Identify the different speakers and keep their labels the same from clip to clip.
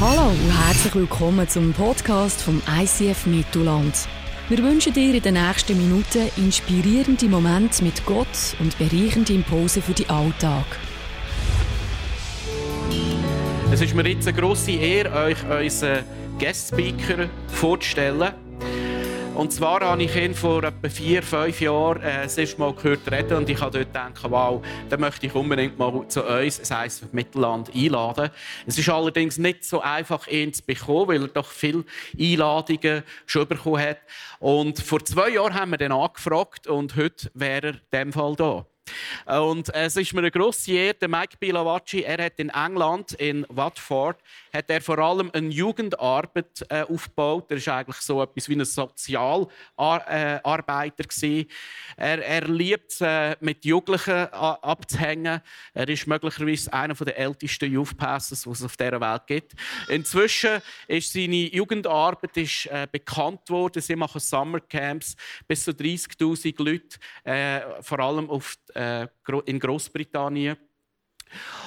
Speaker 1: Hallo und herzlich willkommen zum Podcast vom ICF Mittelland. Wir wünschen dir in den nächsten Minuten inspirierende Momente mit Gott und bereichende Impulse für den Alltag.
Speaker 2: Es ist mir jetzt eine grosse Ehre, euch unseren Guest-Speaker vorzustellen. Und zwar habe ich ihn vor etwa vier, fünf Jahren äh, das erste Mal gehört reden und ich habe dort gedacht, wow, den möchte ich unbedingt mal zu uns, das heisst auf Mittelland, einladen. Es ist allerdings nicht so einfach, ihn zu bekommen, weil er doch viele Einladungen schon bekommen hat. Und vor zwei Jahren haben wir ihn angefragt und heute wäre er in dem Fall da. Und es ist mir eine grosse Ehre, der Mike Bilavacci, er hat in England, in Watford, hat er vor allem eine Jugendarbeit äh, aufgebaut. Er war eigentlich so etwas wie ein Sozialarbeiter. gewesen. Er, er liebt es, äh, mit Jugendlichen äh, a- abzuhängen. Er ist möglicherweise einer der ältesten Youth Pastors, die es auf dieser Welt gibt. Inzwischen ist seine Jugendarbeit ist, äh, bekannt worden. Sie machen Summercamps bis zu 30'000 Leute, äh, vor allem auf, äh, Gro- in Großbritannien.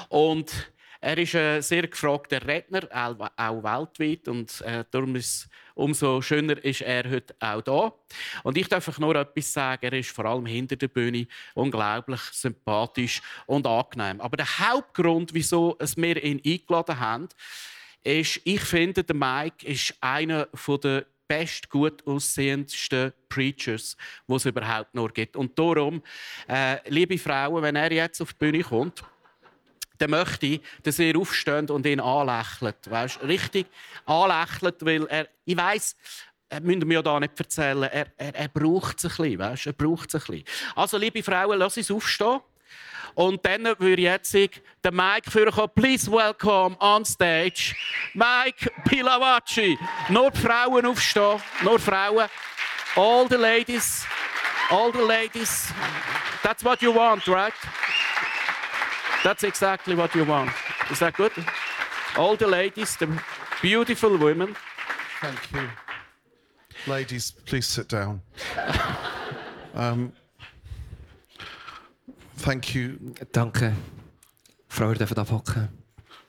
Speaker 2: Und er ist ein sehr gefragter Redner, auch auch weltweit. Und äh, darum ist umso schöner ist er heute auch da. Und ich darf euch nur etwas sagen: Er ist vor allem hinter der Bühne unglaublich sympathisch und angenehm. Aber der Hauptgrund, wieso es wir ihn eingeladen haben, ist, ich finde, der Mike ist einer der best gut aussehendsten Preachers, die es überhaupt nur gibt. Und darum, äh, liebe Frauen, wenn er jetzt auf die Bühne kommt, dann möchte ich, dass ihr aufsteht und ihn anlächelt. Weißt, richtig anlächelt, weil er, ich weiss, er müsst ihr mir ja da nicht erzählen, er, er, er braucht es ein bisschen, weißt, er braucht es ein bisschen. Also, liebe Frauen, lasst uns aufstehen. Und dann würde ich jetzt den Mike führen. Please welcome on stage Mike Pilavacci. Nur die Frauen aufstehen, nur die Frauen. All the ladies, all the ladies. That's what you want, right? That's exactly what you want. Is that good? All the ladies, the beautiful women.
Speaker 3: Thank you. Ladies, please sit down. um, thank you
Speaker 4: Danke. Frau, wir dürfen abhocken.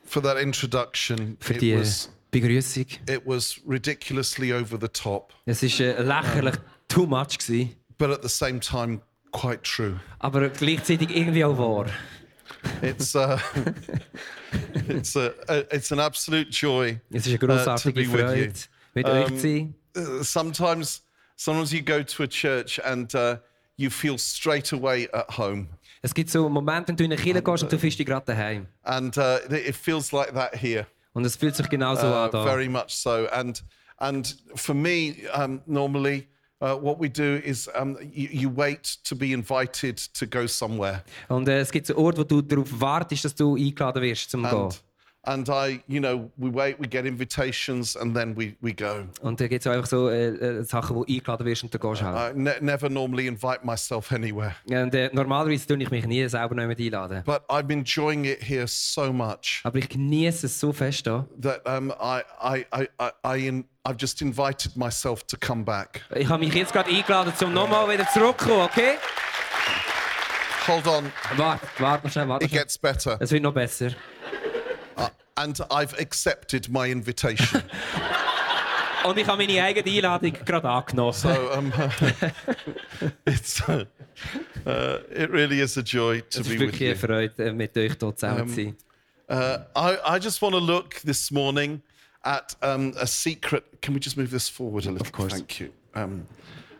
Speaker 3: for that introduction.
Speaker 4: Für
Speaker 3: It
Speaker 4: die
Speaker 3: was,
Speaker 4: Begrüßung.
Speaker 3: it was ridiculously over the top,
Speaker 4: Es war äh, lächerlich too much, gewesen,
Speaker 3: but at the same time, quite true.
Speaker 4: aber gleichzeitig irgendwie auch wahr.
Speaker 3: It's, uh, it's, a, a- it's an absolute joy.
Speaker 4: Es ist eine
Speaker 3: uh, to
Speaker 4: grossartige
Speaker 3: be with you.
Speaker 4: Freude, mit euch zu sein.
Speaker 3: Uh, Sometimes, sometimes you go to a church and uh, you feel straight away at home.
Speaker 4: Es gibt so Momente, wenn du in eine Kirche gehst
Speaker 3: äh,
Speaker 4: und du fühlst dich gerade daheim.
Speaker 3: And uh, it feels like that here.
Speaker 4: Und es fühlt sich genauso
Speaker 3: Uh,
Speaker 4: an da.
Speaker 3: very much so. And and for me, um, normally. Uh, what we do is um, you, you wait to be invited to go somewhere,
Speaker 4: Und äh, es gibt so Orte, wo du darauf wartest, dass du eingeladen wirst zum
Speaker 3: and,
Speaker 4: Gehen.
Speaker 3: and I, you know, we wait, we get invitations, and then we we go.
Speaker 4: Und da gibt es einfach so äh, äh, Sachen, wo du eingeladen wirst und du gehst halt.
Speaker 3: I ne- never normally invite myself anywhere,
Speaker 4: Und, äh, normalerweise tue ich mich nie selber nicht einladen.
Speaker 3: but I'm enjoying it here so much
Speaker 4: Aber ich genieße es so fest da.
Speaker 3: that um, I I I I, I in, I've just invited myself to come back.
Speaker 4: Ich habe mich jetzt gerade eingeladen, um nochmal wieder zurückzukommen, okay?
Speaker 3: Hold on,
Speaker 4: Warte, warte noch schnell, warte
Speaker 3: it
Speaker 4: schnell.
Speaker 3: gets better,
Speaker 4: Es wird noch besser.
Speaker 3: and I've accepted my invitation.
Speaker 4: Und ich habe meine eigene Einladung gerade angenommen.
Speaker 3: So um, it's uh, uh, it really is a joy to
Speaker 4: Es
Speaker 3: be with
Speaker 4: ist wirklich
Speaker 3: you.
Speaker 4: eine Freude, äh, mit euch hier zusammen zu sein.
Speaker 3: Uh, I I just want to look this morning at um, a secret. Can we just move this forward a little? Of course. Thank you. Um,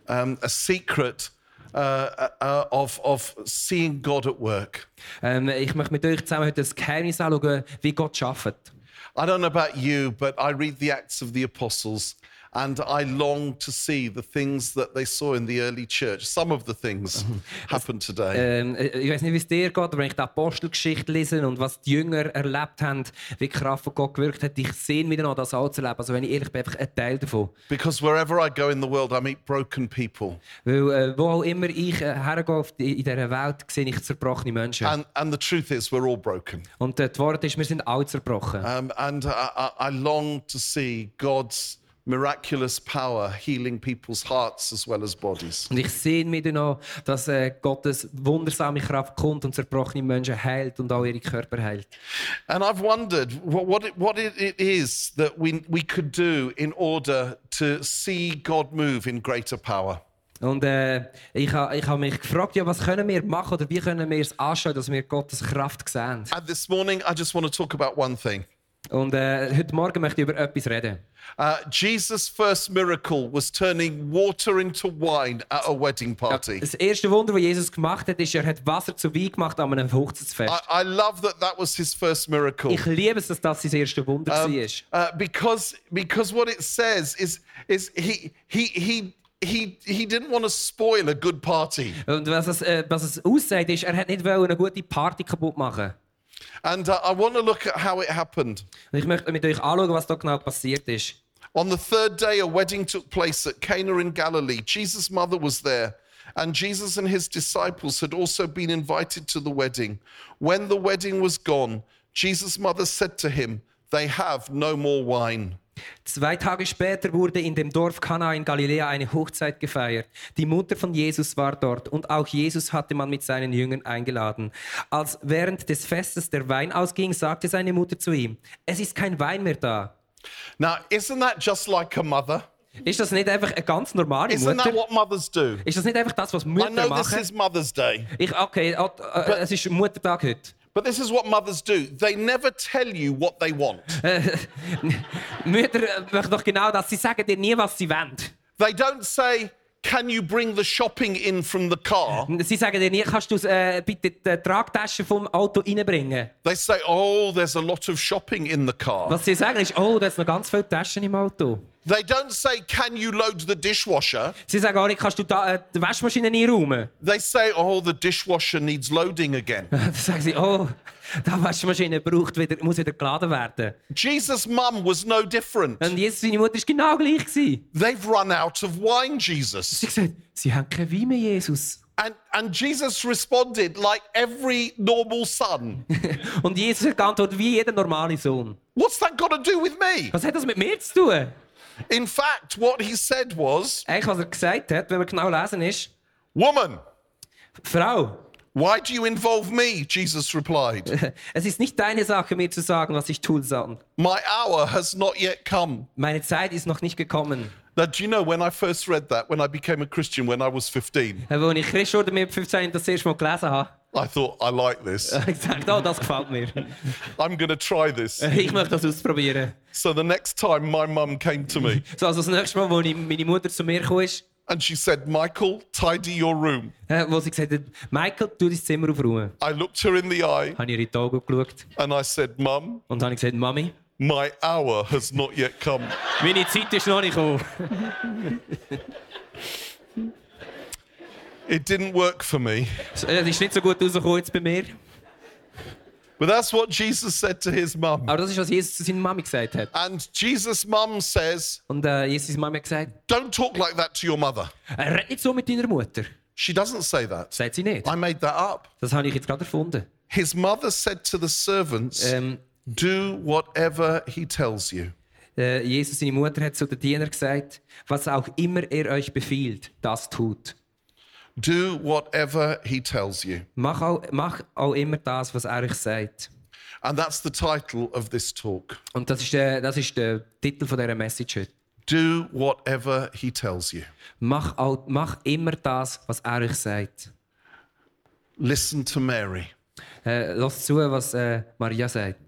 Speaker 3: um, a secret uh, uh, uh, of of seeing God at work.
Speaker 4: Ähm, ich möchte mit euch zusammen heute das Geheimnis anschauen, wie Gott arbeitet.
Speaker 3: I don't know about you, but I read the Acts of the Apostles. And I long to see the things that they saw in the early church. Some of the things happen today.
Speaker 4: Ähm, äh, ich weiß nicht, wie es dir geht, aber wenn ich die Apostelgeschichte lese und was die Jünger erlebt haben, wie die Kraft von Gott gewirkt hat, ich sehe wieder noch das anzuleben. Also wenn ich ehrlich bin, einfach ein Teil davon.
Speaker 3: Because wherever I go in the world, I meet broken people.
Speaker 4: Weil äh, wo auch immer ich äh, hergehe auf die, in dieser Welt, sehe ich zerbrochene Menschen.
Speaker 3: And, and the truth is, we're all broken. Ah.
Speaker 4: Und äh, das Wort ist, wir sind alle zerbrochen.
Speaker 3: Um, and I, I, I long to see God's miraculous power healing people's hearts as well as bodies.
Speaker 4: Und ich sehe mir dann an, dass äh, Gottes wundersame Kraft kommt und zerbrochene Menschen heilt und auch ihre Körper heilt.
Speaker 3: And I've wondered what, what, it, what it, it is that we, we could do in order to see God move in greater power.
Speaker 4: Und äh, ich habe ich ha mich gefragt, ja, was können wir machen oder wie können wir es anschauen, dass wir Gottes Kraft sehen.
Speaker 3: And this morning, I just want to talk about one thing.
Speaker 4: Und äh, heute Morgen möchte ich über etwas reden.
Speaker 3: Uh, Jesus' first miracle was turning water into wine at a wedding party.
Speaker 4: Das erste Wunder, das Jesus gemacht hat, ist, er hat Wasser zu Wein gemacht an einem Hochzeitsfest.
Speaker 3: I, I love that that was his first miracle.
Speaker 4: Ich liebe es, dass das sein erstes Wunder war.
Speaker 3: Uh, because because what it says is is he he he he he didn't want to spoil a good party.
Speaker 4: Und was es, äh, was es aussagt, ist, er hat nicht wollen, eine gute Party kaputt machen.
Speaker 3: And uh, I want to look at how it happened.
Speaker 4: Und ich möchte mit euch anschauen, was da genau passiert ist.
Speaker 3: On the third day, a wedding took place at Cana in Galilee. Jesus' mother was there, and Jesus and his disciples had also been invited to the wedding. When the wedding was gone, Jesus' mother said to him, They have no more wine.
Speaker 4: Zwei Tage später wurde in dem Dorf Kana in Galiläa eine Hochzeit gefeiert. Die Mutter von Jesus war dort und auch Jesus hatte man mit seinen Jüngern eingeladen. Als während des Festes der Wein ausging, sagte seine Mutter zu ihm: Es ist kein Wein mehr da.
Speaker 3: Now, isn't that just like a mother?
Speaker 4: Ist das nicht einfach eine ganz normale
Speaker 3: Isn't that
Speaker 4: Mutter?
Speaker 3: what mothers do?
Speaker 4: Ist das nicht einfach das, was
Speaker 3: I know
Speaker 4: Mütter
Speaker 3: this
Speaker 4: machen?
Speaker 3: is Mother's Day,
Speaker 4: Ich, okay, oh, äh, es ist Muttertag heute.
Speaker 3: but this is what mothers do. They never tell you what they want.
Speaker 4: Mütter äh, möchten doch genau das. Sie sagen dir nie, was sie wollen.
Speaker 3: They don't say, Can you bring the shopping in from the car?
Speaker 4: Sie sagen dir nie, kannst du äh, bitte die Tragtasche vom Auto reinbringen?
Speaker 3: They say, Oh, there's a lot of shopping in the car.
Speaker 4: Was sie sagen ist, oh, da ist noch ganz viele Taschen im Auto.
Speaker 3: They don't say, Can you load the dishwasher?
Speaker 4: Sie sagen auch nicht, kannst du da, äh, die Waschmaschine einräumen?
Speaker 3: They say, Oh, the dishwasher needs loading again.
Speaker 4: Dann sagen sie, oh, die Waschmaschine braucht wieder, muss wieder geladen werden.
Speaker 3: Jesus' mum was no different.
Speaker 4: Und Jesus, seine Mutter, war genau gleich. gewesen.
Speaker 3: They've run out of wine,
Speaker 4: Sie
Speaker 3: Jesus.
Speaker 4: hat gesagt, sie haben keinen Wein mehr, Jesus.
Speaker 3: And, and Jesus responded like every normal son.
Speaker 4: Und Jesus hat geantwortet, wie jeder normale Sohn.
Speaker 3: What's that got to do with me?
Speaker 4: Was hat das mit mir zu tun?
Speaker 3: In fact, what he said was,
Speaker 4: Eigentlich, was er gesagt hat, wenn wir genau lesen, ist,
Speaker 3: Woman,
Speaker 4: Frau,
Speaker 3: why do you involve me? Jesus replied,
Speaker 4: es ist nicht deine Sache, mir zu sagen, was ich tun soll.
Speaker 3: My hour has not yet come.
Speaker 4: Meine Zeit ist noch nicht gekommen.
Speaker 3: Now, do you know when I first read that, when I became a Christian when I was 15,
Speaker 4: Als ich Christ wurde, mit 15 das erste Mal gelesen habe,
Speaker 3: I thought, I like this.
Speaker 4: habe ich gesagt, oh, das gefällt mir.
Speaker 3: I'm going to try this.
Speaker 4: Ich möchte das ausprobieren.
Speaker 3: So the next time my mum came to me
Speaker 4: So, also das nächste Mal, als meine Mutter zu mir kam, ist,
Speaker 3: and she said, Michael, tidy your room.
Speaker 4: äh, wo sie gesagt hat, Michael, tu dein Zimmer aufräumen.
Speaker 3: I looked her in the eye
Speaker 4: Habe ich ihr in die Augen geschaut
Speaker 3: and I said, Mum,
Speaker 4: und habe gesagt, Mami,
Speaker 3: my hour has not yet come.
Speaker 4: meine Zeit ist noch nicht gekommen.
Speaker 3: It didn't work for me.
Speaker 4: Es äh, es ist nicht so gut rausgekommen jetzt bei mir.
Speaker 3: But that's what Jesus said to his mum.
Speaker 4: Aber das ist, was Jesus zu seiner Mami gesagt hat.
Speaker 3: And Jesus' mum says,
Speaker 4: Und äh, Jesus' Mami hat gesagt,
Speaker 3: Don't talk like that to your mother.
Speaker 4: äh, red nicht so mit deiner Mutter.
Speaker 3: She doesn't say that.
Speaker 4: Sagt sie nicht.
Speaker 3: I made that up.
Speaker 4: Das habe ich jetzt gerade erfunden.
Speaker 3: His mother said to the servants,
Speaker 4: Ähm,
Speaker 3: Do whatever he tells you.
Speaker 4: äh, Jesus, seine Mutter, hat zu den Dienern gesagt, was auch immer er euch befiehlt, das tut.
Speaker 3: Do whatever he tells you.
Speaker 4: Mach auch, mach auch immer das, was er euch sagt.
Speaker 3: And that's the title of this talk.
Speaker 4: Und das ist der, das ist der Titel von dieser Message heute.
Speaker 3: Do whatever he tells you.
Speaker 4: Mach, auch, mach immer das, was er euch sagt.
Speaker 3: Listen to Mary.
Speaker 4: Äh, lass zu, was äh, Maria sagt.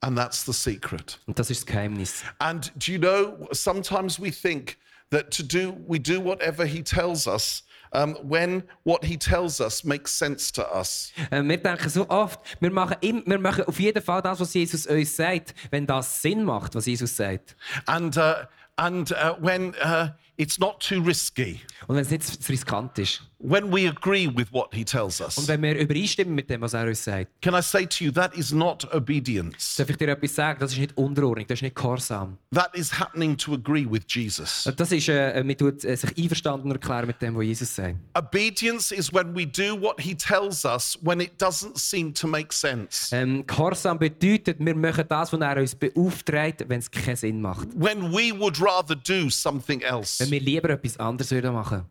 Speaker 3: And that's the secret.
Speaker 4: Und das ist das Geheimnis.
Speaker 3: And do you know, sometimes we think that to do, we do whatever he tells us um, when what he tells us makes sense to us.
Speaker 4: Äh, wir denken so oft, wir machen, im, wir machen auf jeden Fall das, was Jesus uns sagt, wenn das Sinn macht, was Jesus sagt.
Speaker 3: And, uh, and uh, when uh, it's not too risky
Speaker 4: Und wenn es nicht zu riskant ist.
Speaker 3: when we agree with what he tells
Speaker 4: Und
Speaker 3: us.
Speaker 4: wenn wir übereinstimmen mit dem, was er uns sagt,
Speaker 3: Can I say to you, that is not obedience.
Speaker 4: darf ich dir etwas sagen, das ist nicht Unterordnung, das ist nicht Gehorsam.
Speaker 3: That is happening to agree with Jesus.
Speaker 4: Das ist, äh, man tut äh, sich einverstanden erklären mit dem, was Jesus sagt.
Speaker 3: Obedience is when we do what he tells us when it doesn't seem to make sense.
Speaker 4: Ähm, Gehorsam bedeutet, wir machen das, was er uns beauftragt, wenn es keinen Sinn macht.
Speaker 3: When we would rather do something else.
Speaker 4: Wenn wir lieber etwas anderes würden machen.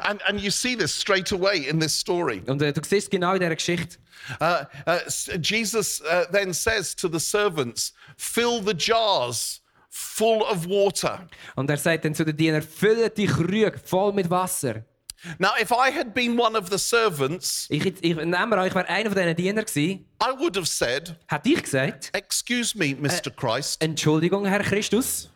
Speaker 3: And, and you see this straight away in this story.
Speaker 4: Und äh, du siehst es genau in dieser Geschichte.
Speaker 3: Uh, uh, s- Jesus uh, then says to the servants, Fill the jars full of water.
Speaker 4: Und er sagt dann zu den Dienern, fülle die Krüge voll mit Wasser.
Speaker 3: Now, if I had been one of the servants,
Speaker 4: Ich, ich nehme an, ich wäre einer von diesen Dienern gewesen,
Speaker 3: I would have said,
Speaker 4: hätte ich gesagt,
Speaker 3: Excuse me, Mr. Christ,
Speaker 4: Entschuldigung, Herr Christus,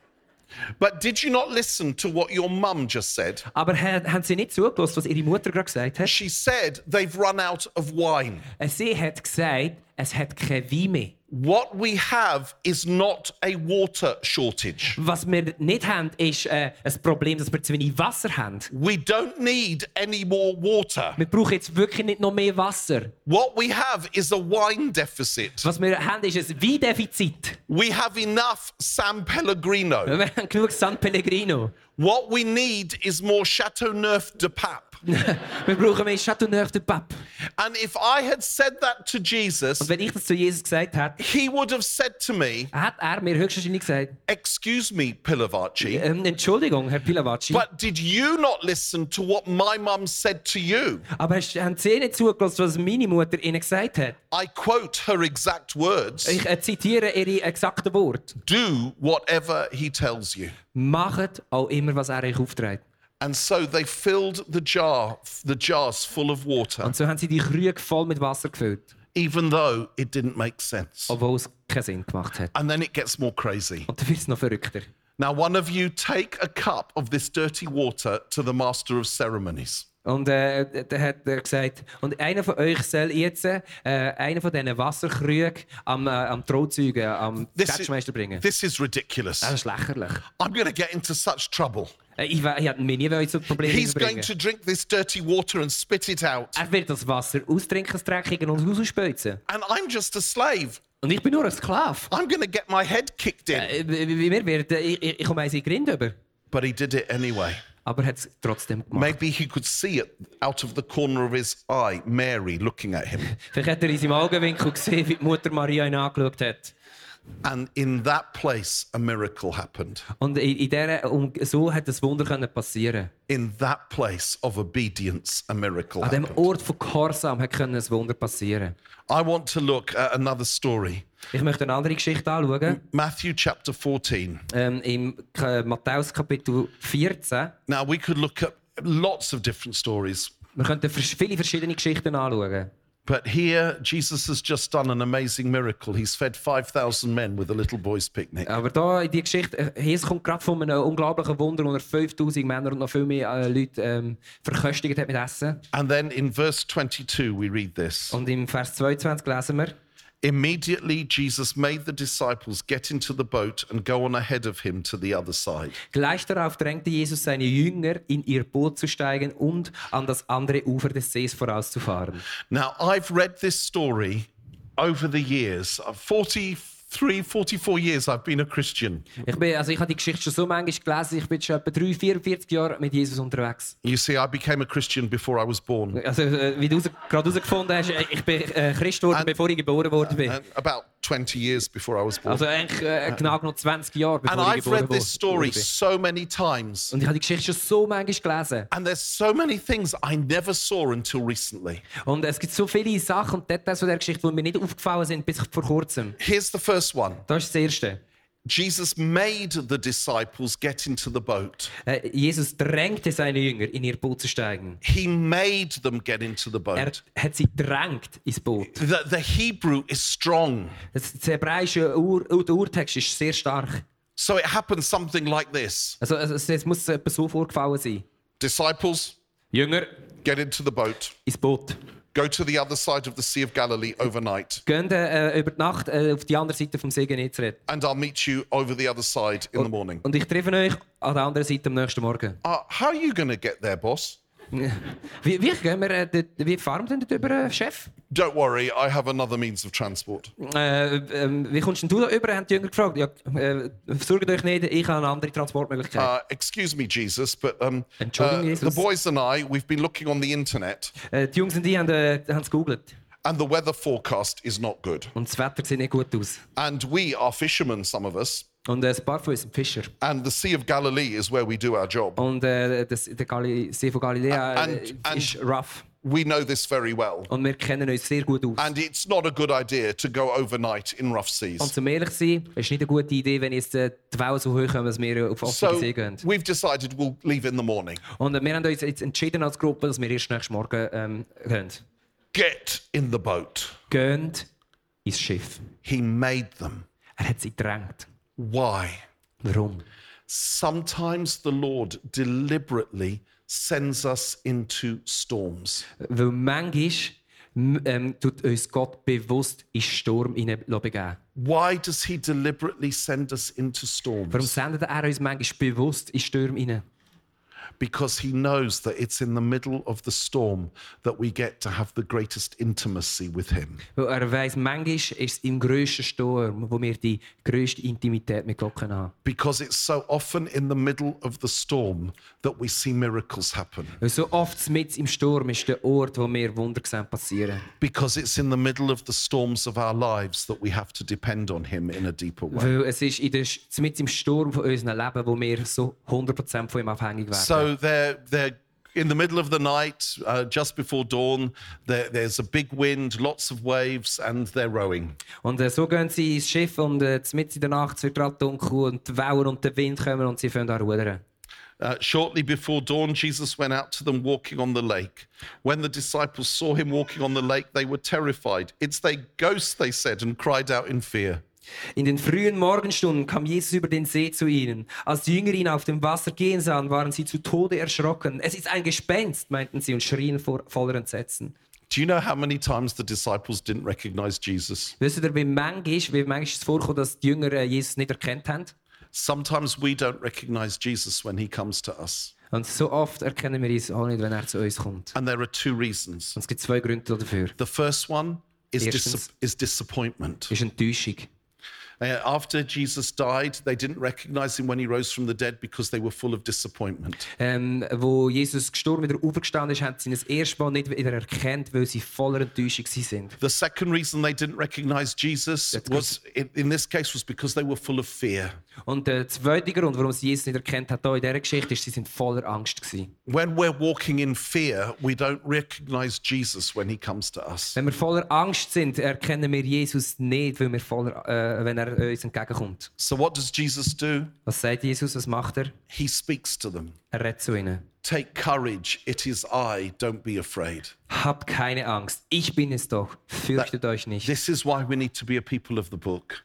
Speaker 3: but did you not listen to what your mum just said?
Speaker 4: aber ha- haben Sie nicht zugelassen, was Ihre Mutter gerade gesagt hat?
Speaker 3: She said they've run out of wine.
Speaker 4: Äh, Sie hat gesagt, es hat kein Wein mehr.
Speaker 3: What we have is not a water shortage.
Speaker 4: Was wir nicht haben, ist äh, ein Problem, dass wir zu wenig Wasser haben.
Speaker 3: We don't need any more water.
Speaker 4: Wir brauchen jetzt wirklich nicht noch mehr Wasser.
Speaker 3: What we have is a wine deficit.
Speaker 4: Was wir haben, ist ein Weindefizit.
Speaker 3: We have enough San Pellegrino.
Speaker 4: Wir haben genug San Pellegrino.
Speaker 3: What we need is more Chateau Neuf de Pape.
Speaker 4: wir brauchen mehr Chateauneuf de Pape.
Speaker 3: And if I had said that to Jesus,
Speaker 4: Und wenn ich das zu Jesus gesagt hätte,
Speaker 3: he would have said to me,
Speaker 4: hat er mir höchstwahrscheinlich gesagt,
Speaker 3: Excuse me, Pilavachi,
Speaker 4: ähm, Entschuldigung, Herr Pilavacci,
Speaker 3: but did you not listen to what my mum said to you?
Speaker 4: aber hast- haben Sie nicht zugelassen, was meine Mutter Ihnen gesagt hat?
Speaker 3: I quote her exact words
Speaker 4: Ich äh, zitiere ihre exakten Worte.
Speaker 3: do whatever he tells you.
Speaker 4: Macht auch immer, was er euch aufträgt.
Speaker 3: And so they filled the jar, the jars full of water,
Speaker 4: Und so haben sie die Krüge voll mit Wasser gefüllt,
Speaker 3: even though it didn't make sense.
Speaker 4: obwohl es keinen Sinn gemacht hat.
Speaker 3: And then it gets more crazy.
Speaker 4: Und dann wird es noch verrückter.
Speaker 3: Now, one of you take a cup of this dirty water to the master of ceremonies.
Speaker 4: Und äh, dann hat er gesagt, und einer von euch soll jetzt äh, einen von diesen Wasserkrügen am, äh, am Trauzeugen, am Tatschmeister bringen.
Speaker 3: this is ridiculous.
Speaker 4: Das ist lächerlich.
Speaker 3: I'm going to get into such trouble.
Speaker 4: Äh, ich wär- ich hätte mich nie zu Problemen
Speaker 3: He's going
Speaker 4: bringen
Speaker 3: to drink this dirty water and spit it out.
Speaker 4: Er wird das Wasser austrinken, das Dreckige und rausspeuzen.
Speaker 3: And I'm just a slave.
Speaker 4: Und ich bin nur ein Sklave.
Speaker 3: I'm going to get my head kicked in.
Speaker 4: Äh, wie- wie wir werden, ich, ich, ich komme eins in den Grind über.
Speaker 3: But he did it anyway.
Speaker 4: Aber er hat es trotzdem gemacht.
Speaker 3: Maybe he could see it out of the corner of his eye, Mary looking at him.
Speaker 4: Vielleicht hat er in seinem Augenwinkel gesehen, wie die Mutter Maria ihn angeschaut hat.
Speaker 3: And in that place, a miracle happened.
Speaker 4: Und in, in dieser, und so hat das Wunder können passieren.
Speaker 3: In that place of obedience, a miracle
Speaker 4: An dem
Speaker 3: happened.
Speaker 4: Ort von Gehorsam hat können ein Wunder passieren.
Speaker 3: I want to look at another story.
Speaker 4: Ich möchte eine andere Geschichte anschauen.
Speaker 3: Matthew chapter 14.
Speaker 4: Ähm, Im K- Matthäus Kapitel 14.
Speaker 3: Now, we could look at lots of different stories,
Speaker 4: Wir könnten vers- viele verschiedene Geschichten anschauen.
Speaker 3: but here Jesus has just done an amazing miracle. He's fed 5,000 men with a little boy's picnic.
Speaker 4: Aber da in die Geschichte, äh, Jesus kommt gerade von einem unglaublichen Wunder, wo er 5000 Männer und noch viel mehr äh, Leute ähm, verköstigt hat mit Essen.
Speaker 3: And then in verse 22, we read this
Speaker 4: Und im Vers 22 lesen wir,
Speaker 3: Immediately, Jesus made the disciples get into the boat and go on ahead of him to the other side.
Speaker 4: Gleich darauf drängte Jesus seine Jünger, in ihr Boot zu steigen und an das andere Ufer des Sees vorauszufahren.
Speaker 3: Now, I've read this story over the years. 43, 44 years I've been a Christian.
Speaker 4: Ich, bin, also ich habe die Geschichte schon so manchmal gelesen, ich bin schon etwa 3, 44 Jahre mit Jesus unterwegs.
Speaker 3: You see, I became a Christian before I was born,
Speaker 4: Also, äh, wie du raus- gerade herausgefunden hast, äh, ich bin äh, Christ geworden, bevor ich geboren worden bin.
Speaker 3: and about 20 years before I was born.
Speaker 4: Also eigentlich äh, genau noch 20 Jahre, bevor
Speaker 3: And
Speaker 4: ich
Speaker 3: I've
Speaker 4: geboren
Speaker 3: read
Speaker 4: wurde.
Speaker 3: this story
Speaker 4: bin.
Speaker 3: so many times.
Speaker 4: Und ich habe die Geschichte schon so manchmal gelesen.
Speaker 3: And there's so many things I never saw until recently.
Speaker 4: Und es gibt so viele Sachen und Details von der Geschichte, die mir nicht aufgefallen sind bis vor kurzem.
Speaker 3: Here's the first one
Speaker 4: Das ist das Erste.
Speaker 3: Jesus made the disciples get into the boat.
Speaker 4: Äh, Jesus drängte seine Jünger, in ihr Boot zu steigen.
Speaker 3: He made them get into the
Speaker 4: Er
Speaker 3: boat.
Speaker 4: hat sie drängt ins Boot.
Speaker 3: The, the Hebrew is strong.
Speaker 4: Das das hebräische Ur Ur- der Urtext ist sehr stark.
Speaker 3: So it happens something like this
Speaker 4: Also also es, es muss etwa so vorgefallen sein.
Speaker 3: Disciples,
Speaker 4: Jünger
Speaker 3: get into the boat.
Speaker 4: ins Boot.
Speaker 3: Go to the other side of the Sea of Galilee overnight,
Speaker 4: Geht äh, über die Nacht äh, auf die andere Seite vom See Genezareth.
Speaker 3: and I'll meet you over the other side in the morning.
Speaker 4: Und ich treffe euch an der anderen Seite am nächsten Morgen.
Speaker 3: Uh, how are you going to get there, boss?
Speaker 4: Wie, wie, gehen wir, äh, dort, wie fahren wir denn dort über, äh, Chef?
Speaker 3: Don't worry, I have another means of transport.
Speaker 4: Äh, ähm, wie kommst denn du da über? Haben die Jünger gefragt. Ja, äh, sorgt euch nicht, ich habe eine andere Transportmöglichkeit.
Speaker 3: Uh, excuse me, Jesus, but um,
Speaker 4: Entschuldigung,
Speaker 3: the
Speaker 4: Jesus.
Speaker 3: boys and I, we've been looking on the internet,
Speaker 4: Äh, die Jungs und ich haben äh, haben es gegoogelt.
Speaker 3: and the weather forecast is not good.
Speaker 4: Und das Wetter sieht nicht gut aus.
Speaker 3: And we are fishermen, some of us,
Speaker 4: Und äh, ein paar von uns sind Fischer.
Speaker 3: and the Sea of Galilee is where we do our job.
Speaker 4: Und äh, das, der Gali See von Galiläa äh,
Speaker 3: And- and-
Speaker 4: ist rough.
Speaker 3: We know this very well.
Speaker 4: Und wir kennen uns sehr gut aus.
Speaker 3: And it's not a good idea to go overnight in rough
Speaker 4: Und
Speaker 3: seas.
Speaker 4: zum ehrlich zu sein, ist nicht eine gute Idee, wenn jetzt äh, die Wellen so hoch kommen, dass wir auf offene
Speaker 3: So
Speaker 4: See gehen.
Speaker 3: we've decided we'll leave in the morning.
Speaker 4: Und äh, wir haben uns jetzt entschieden als Gruppe, dass wir erst nächsten Morgen ähm, gehen.
Speaker 3: Get in the boat.
Speaker 4: Gehen ins Schiff.
Speaker 3: He made them.
Speaker 4: Er hat sie gedrängt.
Speaker 3: Why?
Speaker 4: Warum?
Speaker 3: Sometimes the Lord deliberately sends us into storms.
Speaker 4: Weil manchmal m- ähm, tut uns Gott bewusst in Sturm hineinbegeben.
Speaker 3: Why does He deliberately send us into
Speaker 4: Warum
Speaker 3: storms?
Speaker 4: sendet er uns manchmal bewusst in Stürme hinein?
Speaker 3: Because He knows that it's in the middle of the storm that we get to have the greatest intimacy with Him.
Speaker 4: Weil er weiss, manchmal ist es im grössten Sturm, wo wir die grösste Intimität mit Gott haben können.
Speaker 3: Because it's so often in the middle of the storm that we see miracles happen.
Speaker 4: Weil so oft mit im Sturm ist der Ort, wo wir Wunder sehen passieren.
Speaker 3: Because it's in the middle of the storms of our lives that we have to depend on Him in a deeper way.
Speaker 4: Weil es ist in der, mit im Sturm von unserem Leben, wo wir so 100% von ihm abhängig werden.
Speaker 3: So they're, they're in the middle of the night, uh, just before dawn, there, there's a big wind, lots of waves, and they're rowing.
Speaker 4: Und äh, so gehen sie ins Schiff und äh, mit in der Nacht es wird gerade dunkel und die Wellen und der Wind kommen und sie fangen an rudern.
Speaker 3: Uh, shortly before dawn, Jesus went out to them walking on the lake. When the disciples saw him walking on the lake, they were terrified. It's a ghost, they said, and cried out in fear.
Speaker 4: In den frühen Morgenstunden kam Jesus über den See zu ihnen. Als die Jünger ihn auf dem Wasser gehen sahen, waren sie zu Tode erschrocken. Es ist ein Gespenst, meinten sie und schrien vor voller Entsetzen.
Speaker 3: Do you know how many times the disciples didn't recognize Jesus?
Speaker 4: Wisst ihr, wie manchmal, wie manchmal es vorkommt, dass die Jünger äh, Jesus nicht erkannt haben?
Speaker 3: Sometimes we don't recognize Jesus when he comes to us.
Speaker 4: Und so oft erkennen wir Jesus auch nicht, wenn er zu uns kommt.
Speaker 3: And there are two reasons.
Speaker 4: Und es gibt zwei Gründe dafür.
Speaker 3: The first one is, dis-
Speaker 4: Erstens.
Speaker 3: is disappointment.
Speaker 4: Das ist Enttäuschung.
Speaker 3: Uh, After Jesus died, they didn't recognize him when he rose from the dead because they were full of disappointment.
Speaker 4: Ähm, wo Jesus gestorben wieder aufgestanden ist, haben sie ihn das erste Mal nicht wieder erkannt, weil sie voller Enttäuschung gewesen sind.
Speaker 3: The second reason they didn't recognize Jesus was, in, in this case, was because they were full of fear.
Speaker 4: Und der zweite Grund, warum sie Jesus nicht erkannt hat, hier in dieser Geschichte, ist, sie sind voller Angst gewesen.
Speaker 3: When we're walking in fear, we don't recognize Jesus when he comes to us.
Speaker 4: Wenn wir voller Angst sind, erkennen wir Jesus nicht, weil wir voller, äh, wenn er uns entgegenkommt.
Speaker 3: So, what does Jesus do?
Speaker 4: Was sagt Jesus? Was macht er?
Speaker 3: He speaks to them.
Speaker 4: Er redet zu ihnen.
Speaker 3: Take courage, it is I, don't be afraid.
Speaker 4: Habt keine Angst. Ich bin es doch. Fürchtet euch nicht.
Speaker 3: This is why we need to be a people of the book.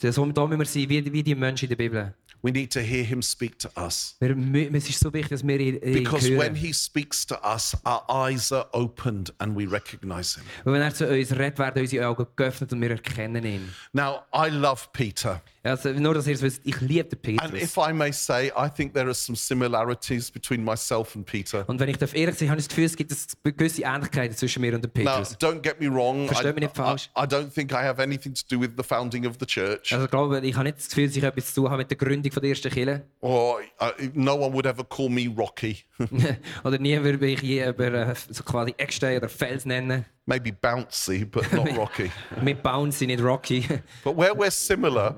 Speaker 4: Das, wo wir da müssen wir sein, wie, wie die Menschen in der Bibel.
Speaker 3: We need to hear him speak to us.
Speaker 4: Wir, mü- es ist so wichtig, dass wir ihn, ihn
Speaker 3: Because when
Speaker 4: hören.
Speaker 3: he speaks to us, our eyes are opened and we recognize him.
Speaker 4: Weil wenn er zu uns redet, werden unsere Augen geöffnet und wir erkennen ihn.
Speaker 3: Now, I love Peter.
Speaker 4: Also, nur, dass ihr es wisst, ich liebe den
Speaker 3: And if
Speaker 4: Petrus.
Speaker 3: I may say, I think there are some similarities between myself and Peter.
Speaker 4: Und wenn ich darf ehrlich sein, habe ich das Gefühl, es gibt es gewisse Ähnlichkeiten zwischen mir und dem
Speaker 3: Now,
Speaker 4: Petrus.
Speaker 3: don't get me wrong. I,
Speaker 4: Versteht mich nicht falsch.
Speaker 3: I- I don't think I have anything to do with the founding of the church,
Speaker 4: Also, ich glaube, ich habe nicht das Gefühl, dass ich etwas zu tun habe mit der Gründung von der ersten Kirche.
Speaker 3: or uh, no one would ever call me Rocky.
Speaker 4: oder nie würde ich je über äh, so quasi Eckstein oder Fels nennen.
Speaker 3: Maybe bouncy, but not Rocky.
Speaker 4: Wir bauen sie nicht Rocky.
Speaker 3: But where we're similar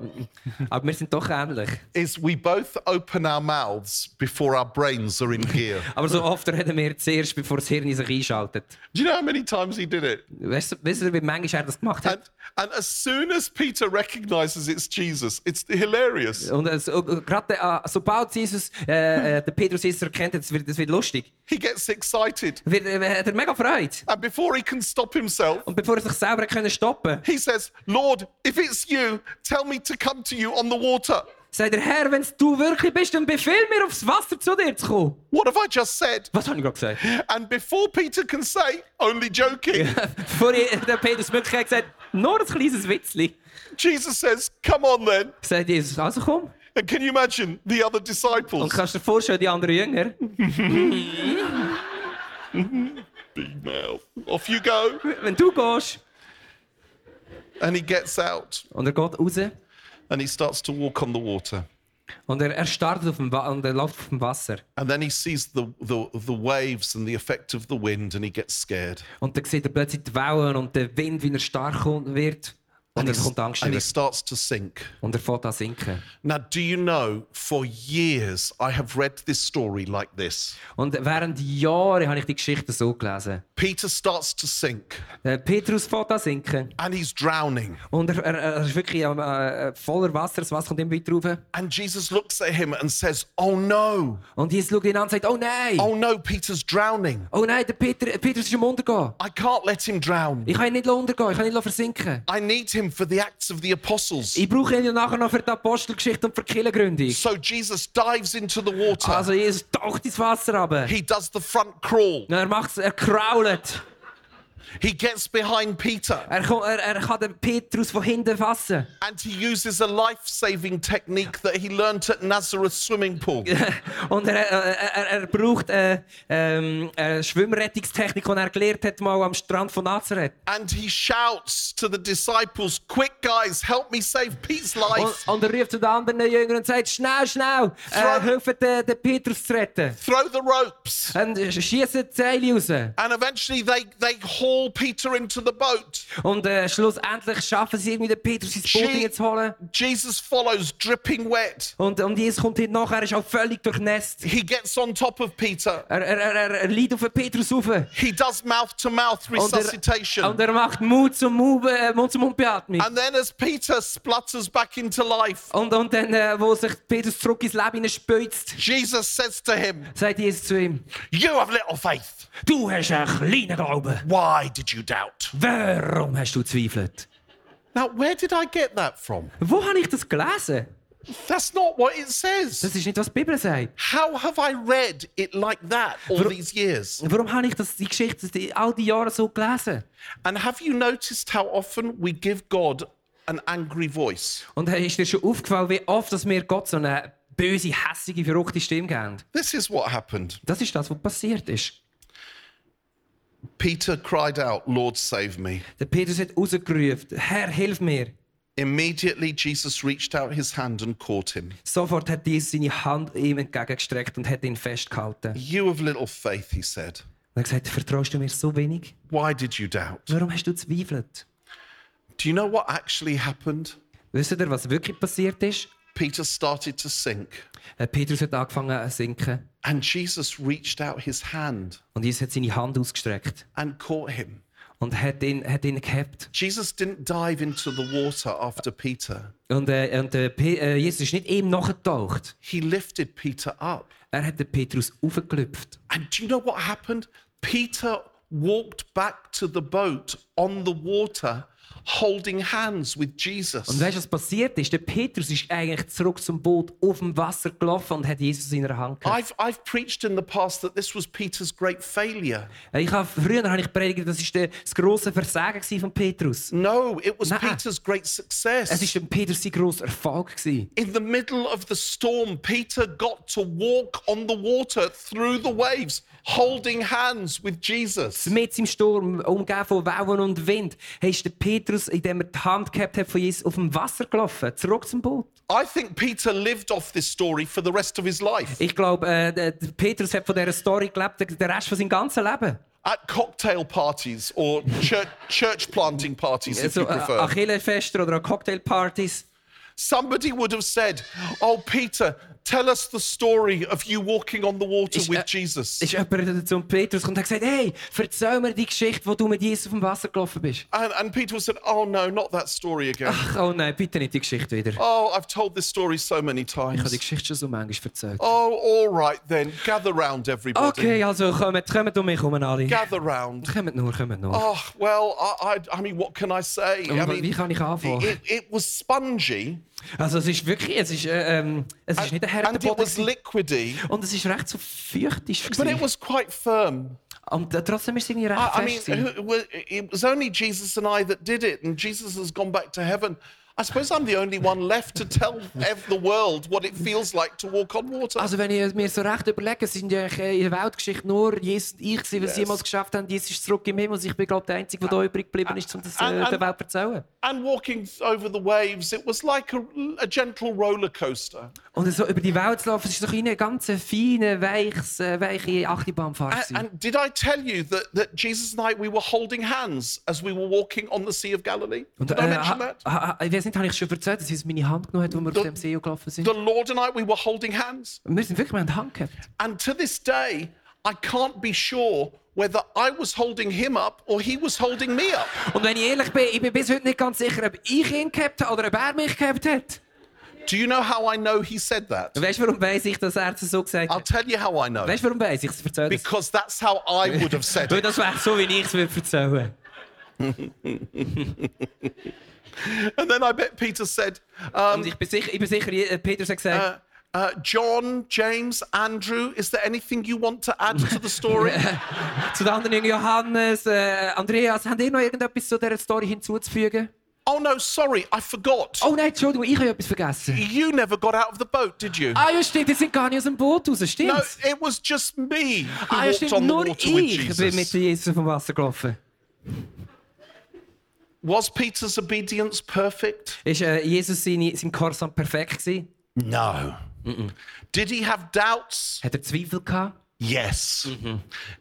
Speaker 4: Aber wir sind doch ähnlich.
Speaker 3: is we both open our mouths before our brains are in gear.
Speaker 4: Aber so oft reden wir zuerst, bevor das Hirn sich einschaltet.
Speaker 3: Do you know how many times he did it?
Speaker 4: Weißt du, weißt du wie manchmal er das gemacht
Speaker 3: And,
Speaker 4: hat?
Speaker 3: and as soon as Peter recognizes it's Jesus, it's hilarious.
Speaker 4: Und äh, so, äh, gerade äh, sobald Jesus, äh, äh, der Petrus Jesus erkennt, das wird, das wird lustig.
Speaker 3: He gets excited.
Speaker 4: Wird, äh, hat er mega Freude.
Speaker 3: And before he can stop himself,
Speaker 4: Und bevor er sich selber hat können stoppen
Speaker 3: he says, Lord, if it's you, tell me to come to you on the water.
Speaker 4: Sagt er, Herr, wenn du wirklich bist, dann befehl mir, aufs Wasser zu dir zu kommen.
Speaker 3: What have I just said?
Speaker 4: Was habe ich gerade gesagt?
Speaker 3: And before Peter can say, only joking,
Speaker 4: Bevor ich- der Petrus Möglichkeit gesagt nur ein kleines Witzli.
Speaker 3: Jesus says, Come on then.
Speaker 4: Sagt Jesus, also komm.
Speaker 3: And can you imagine the other
Speaker 4: Und
Speaker 3: disciples?
Speaker 4: kannst du dir vorstellen, die anderen Jünger?
Speaker 3: Big mouth. Off you go.
Speaker 4: Wenn du gehst
Speaker 3: And he gets out
Speaker 4: und er geht raus
Speaker 3: and he starts to walk on the water.
Speaker 4: und er, er startet auf dem, Wa- und er läuft auf dem Wasser.
Speaker 3: And then he sees the, the, the waves and the effect of the wind and he gets scared.
Speaker 4: Und dann sieht er plötzlich die Wellen und den Wind, wie er stark kommt- wird. Und
Speaker 3: And
Speaker 4: er
Speaker 3: he,
Speaker 4: kommt Angst
Speaker 3: and
Speaker 4: über.
Speaker 3: he starts to sink.
Speaker 4: Und er fährt an zu sinken.
Speaker 3: Now, do you know, for years I have read this story like this.
Speaker 4: Und während Jahren habe ich die Geschichte so gelesen.
Speaker 3: Peter starts to sink
Speaker 4: Äh, Petrus fährt an zu sinken.
Speaker 3: and he's drowning.
Speaker 4: Und er, er, er ist wirklich am, äh, voller Wasser. Das Wasser kommt immer weiter rauf.
Speaker 3: And Jesus looks at him and says, Oh no,
Speaker 4: Und Jesus schaut ihn an und sagt, oh nein! Oh,
Speaker 3: oh no, Peter's drowning.
Speaker 4: nein, der Peter, Petrus ist am Untergehen.
Speaker 3: I can't let him drown.
Speaker 4: Ich kann ihn nicht untergehen, ich kann ihn nicht versinken.
Speaker 3: I need him for the acts of the apostles.
Speaker 4: Ich brauche ihn ja nachher noch für die Apostelgeschichte und für die Kirchengründung.
Speaker 3: So Jesus dives into the water.
Speaker 4: Also Jesus taucht ins Wasser runter.
Speaker 3: he does the front crawl.
Speaker 4: Und Er macht's, er krault.
Speaker 3: He gets behind Peter
Speaker 4: Er, ko- er, er kann den Petrus von hinten fassen.
Speaker 3: and he uses a life saving technique that he learnt at Nazareth swimming pool.
Speaker 4: Und er, äh, er, er braucht äh, ähm, eine Schwimmrettungstechnik, die er gelernt hat mal am Strand von Nazareth.
Speaker 3: and he shouts to the disciples, Quick, guys, help me save Pete's
Speaker 4: Und,
Speaker 3: life.
Speaker 4: und er ruft zu den anderen Jüngern und sagt, schnell, schnell, äh,
Speaker 3: Frau-
Speaker 4: helft den, den Petrus zu retten.
Speaker 3: Throw the ropes.
Speaker 4: Und schießen die Seile raus.
Speaker 3: And eventually they, they haul Peter into the boat.
Speaker 4: Und äh, schlussendlich schaffen sie irgendwie den Petrus ins Boot
Speaker 3: She-
Speaker 4: hineinzuholen.
Speaker 3: Jesus follows, dripping wet.
Speaker 4: Und, und Jesus kommt hinten nach, er ist auch völlig durchnässt.
Speaker 3: He gets on top of Peter.
Speaker 4: Er, er, er, er, er liegt auf den Petrus rauf. Und
Speaker 3: He does mouth to mouth resuscitation.
Speaker 4: er, und er macht Mut zum Mund, äh, Mund zum Mund Beatmung.
Speaker 3: And then as Peter splutters back into life,
Speaker 4: Und, und dann, äh, wo sich Petrus zurück ins Leben hineinspitzt,
Speaker 3: Jesus says to him,
Speaker 4: sagt Jesus zu ihm,
Speaker 3: You have little faith.
Speaker 4: du hast einen kleinen Glauben.
Speaker 3: Why did you doubt?
Speaker 4: Warum hast du zweifelt?
Speaker 3: Now, where did I get that from?
Speaker 4: Wo habe ich das gelesen?
Speaker 3: That's not what it says.
Speaker 4: Das ist nicht, was die Bibel sagt.
Speaker 3: How have I read it like that all these years?
Speaker 4: Warum habe ich das, die Geschichte die, all die Jahre so gelesen?
Speaker 3: And have you noticed how often we give God an angry voice?
Speaker 4: Und äh, ist dir schon aufgefallen, wie oft dass mir Gott so eine böse, hässige, verrückte Stimme gibt?
Speaker 3: This is what happened.
Speaker 4: Das ist das, was passiert ist.
Speaker 3: Peter cried out, Lord, save me.
Speaker 4: Der Petrus hat rausgerufen, Herr, hilf mir.
Speaker 3: Immediately, Jesus reached out his hand and caught him.
Speaker 4: Sofort hat Jesus seine Hand ihm entgegengestreckt und hat ihn festgehalten. Und
Speaker 3: You have little faith, he said.
Speaker 4: er hat gesagt, vertraust du mir so wenig?
Speaker 3: Why did you doubt?
Speaker 4: Warum hast du zweifelt?
Speaker 3: Do you know what actually happened?
Speaker 4: Wisst ihr, was wirklich passiert ist?
Speaker 3: Peter started to sink,
Speaker 4: Äh, Petrus hat angefangen zu sinken
Speaker 3: and Jesus reached out his hand
Speaker 4: und Jesus hat seine Hand ausgestreckt
Speaker 3: and caught him.
Speaker 4: und hat ihn, hat ihn gehabt.
Speaker 3: Jesus didn't dive into the water after Peter,
Speaker 4: Und, äh, und äh, Pe äh, Jesus ist nicht ihm nachgetaucht.
Speaker 3: he lifted Peter up.
Speaker 4: Er hat den Petrus aufgelüpft.
Speaker 3: And do you know what happened? Peter walked back to the boat on the water, holding hands with
Speaker 4: Und
Speaker 3: Jesus.
Speaker 4: weißt du, was passiert ist? Der Petrus ist eigentlich zurück zum Boot auf dem Wasser gelaufen und hat Jesus in der Hand gehabt.
Speaker 3: I've, I've preached in the past that this was Peter's great failure.
Speaker 4: Äh, Ich habe früher habe ich predigt, das ist der, das große Versagen gewesen von Petrus.
Speaker 3: No, it was
Speaker 4: Nuh-uh.
Speaker 3: Peter's great
Speaker 4: Es
Speaker 3: success.
Speaker 4: ist dem Petrus sein großer Erfolg gewesen.
Speaker 3: In the middle of the storm, Peter got to walk on the water through the waves, holding hands with Jesus.
Speaker 4: Mit im Sturm, umgeben von Wellen und Wind, ist der Petrus, indem er die Hand gehabt hat von Jesus, auf dem Wasser gelaufen, zurück zum Boot.
Speaker 3: I think Peter lived off this story for the rest of his life.
Speaker 4: Ich glaube, äh, der- der Petrus hat von dieser Story gelebt, den- den Rest von seinem ganzen Leben.
Speaker 3: At cocktail parties or church, church planting parties, if
Speaker 4: Also,
Speaker 3: you
Speaker 4: äh,
Speaker 3: prefer.
Speaker 4: an Kirchenfesten oder an Cocktailpartys.
Speaker 3: Somebody would have said, Oh, Peter, tell us the story of you walking on the water
Speaker 4: Ist, äh,
Speaker 3: with Jesus.
Speaker 4: Ist jemand zum Petrus gekommen und hat gesagt, hey, erzähl mir die Geschichte, wo du mit Jesus auf dem Wasser gelaufen bist.
Speaker 3: And, and Peter would have said, Oh, no, not that story again.
Speaker 4: Ach, oh nein, bitte nicht die Geschichte wieder. Ich
Speaker 3: Oh, I've told this story so many
Speaker 4: habe die
Speaker 3: times.
Speaker 4: Geschichte schon so manchmal erzählt.
Speaker 3: Oh, all right then. Gather round, everybody.
Speaker 4: Okay, also kommt, kommt um mich herum alle.
Speaker 3: Gather round.
Speaker 4: Kommt nur, kommt nur. Um
Speaker 3: Oh, well, I, I, I mean, what can I say? I
Speaker 4: Und
Speaker 3: mean,
Speaker 4: wie kann ich anfangen?
Speaker 3: it, it was spongy,
Speaker 4: Also es ist wirklich, es ist, äh, ähm, es ist nicht ein härter
Speaker 3: and it
Speaker 4: Boden
Speaker 3: was
Speaker 4: gewesen.
Speaker 3: liquidy,
Speaker 4: und es ist recht so feuchtisch
Speaker 3: but it
Speaker 4: gewesen.
Speaker 3: was quite firm.
Speaker 4: Und äh, trotzdem ist es irgendwie recht
Speaker 3: I, Ah, I
Speaker 4: fest
Speaker 3: mean,
Speaker 4: gewesen.
Speaker 3: who, well, it was only Jesus and I that did it, and Jesus has gone back to heaven. I suppose I'm the only one left to tell ev- the world what it feels like to walk on water.
Speaker 4: Also wenn ich mir so recht überlege, es sind ja eigentlich, äh, in der Weltgeschichte nur Jesus und ich, gewesen, die es
Speaker 3: Yes.
Speaker 4: jemals geschafft haben. Jesus ist zurück im Himmel. Ich bin glaube ich, der Einzige, der da übrig geblieben ist, um das äh,
Speaker 3: And- and-
Speaker 4: der Welt zu erzählen.
Speaker 3: And walking over the waves, it was like a, a gentle roller coaster.
Speaker 4: Und so über die Welt zu laufen, es ist doch eine ganz feine, weiches, äh, weiche Achterbahnfahrt.
Speaker 3: And,
Speaker 4: gewesen.
Speaker 3: and did I tell you that, that Jesus and I, we were holding hands as we were walking on the Sea of Galilee?
Speaker 4: Und,
Speaker 3: Did uh, I
Speaker 4: äh,
Speaker 3: mention
Speaker 4: ha,
Speaker 3: that?
Speaker 4: ha, ich weiß nicht, habe ich schon erzählt, dass sie meine Hand genommen hat, als wir auf dem See gelaufen sind.
Speaker 3: The Lord and I, we were holding hands.
Speaker 4: wir sind wirklich, wir haben die Hand gehabt.
Speaker 3: And to this day, I can't be sure whether I was holding him up or he was holding me up.
Speaker 4: Und wenn ich ehrlich bin, ich bin bis heute nicht ganz sicher, ob ich ihn gehabt habe oder ob er mich gehabt hat.
Speaker 3: Do you know how I know he said that?
Speaker 4: Weißt du, warum weiss ich, dass er es so gesagt
Speaker 3: I'll
Speaker 4: hat?
Speaker 3: tell you how I know.
Speaker 4: Weißt du, warum weiss ich es? Erzähl das.
Speaker 3: Because that's how I would have said
Speaker 4: Weil
Speaker 3: it.
Speaker 4: das wäre so, wie ich es würde erzählen.
Speaker 3: And then I bet Peter said, um,
Speaker 4: Und ich bin sicher, ich bin sicher je- äh, Petrus hat gesagt,
Speaker 3: uh, uh, John, James, Andrew, is there anything you want to add to the story? Äh.
Speaker 4: zu den anderen Jüngern, Johannes, äh, Andreas, habt ihr noch irgendetwas zu dieser Story hinzuzufügen?
Speaker 3: oh no, sorry, I forgot.
Speaker 4: Oh nein, Entschuldigung, ich habe etwas vergessen.
Speaker 3: You never got out of the boat, did you?
Speaker 4: Ah ja, stimmt, die sind gar nicht aus dem Boot raus, stimmt.
Speaker 3: no, it was just me who
Speaker 4: Ah, ja,
Speaker 3: walked
Speaker 4: stimmt,
Speaker 3: on the
Speaker 4: nur
Speaker 3: water with
Speaker 4: ich bin mit
Speaker 3: Jesus.
Speaker 4: Jesus vom Wasser gelaufen.
Speaker 3: Was Peter's obedience perfect?
Speaker 4: Ist äh, Jesus seine, sein Gehorsam perfekt gewesen?
Speaker 3: No. Did he have doubts?
Speaker 4: Hat er Zweifel gehabt?
Speaker 3: Yes.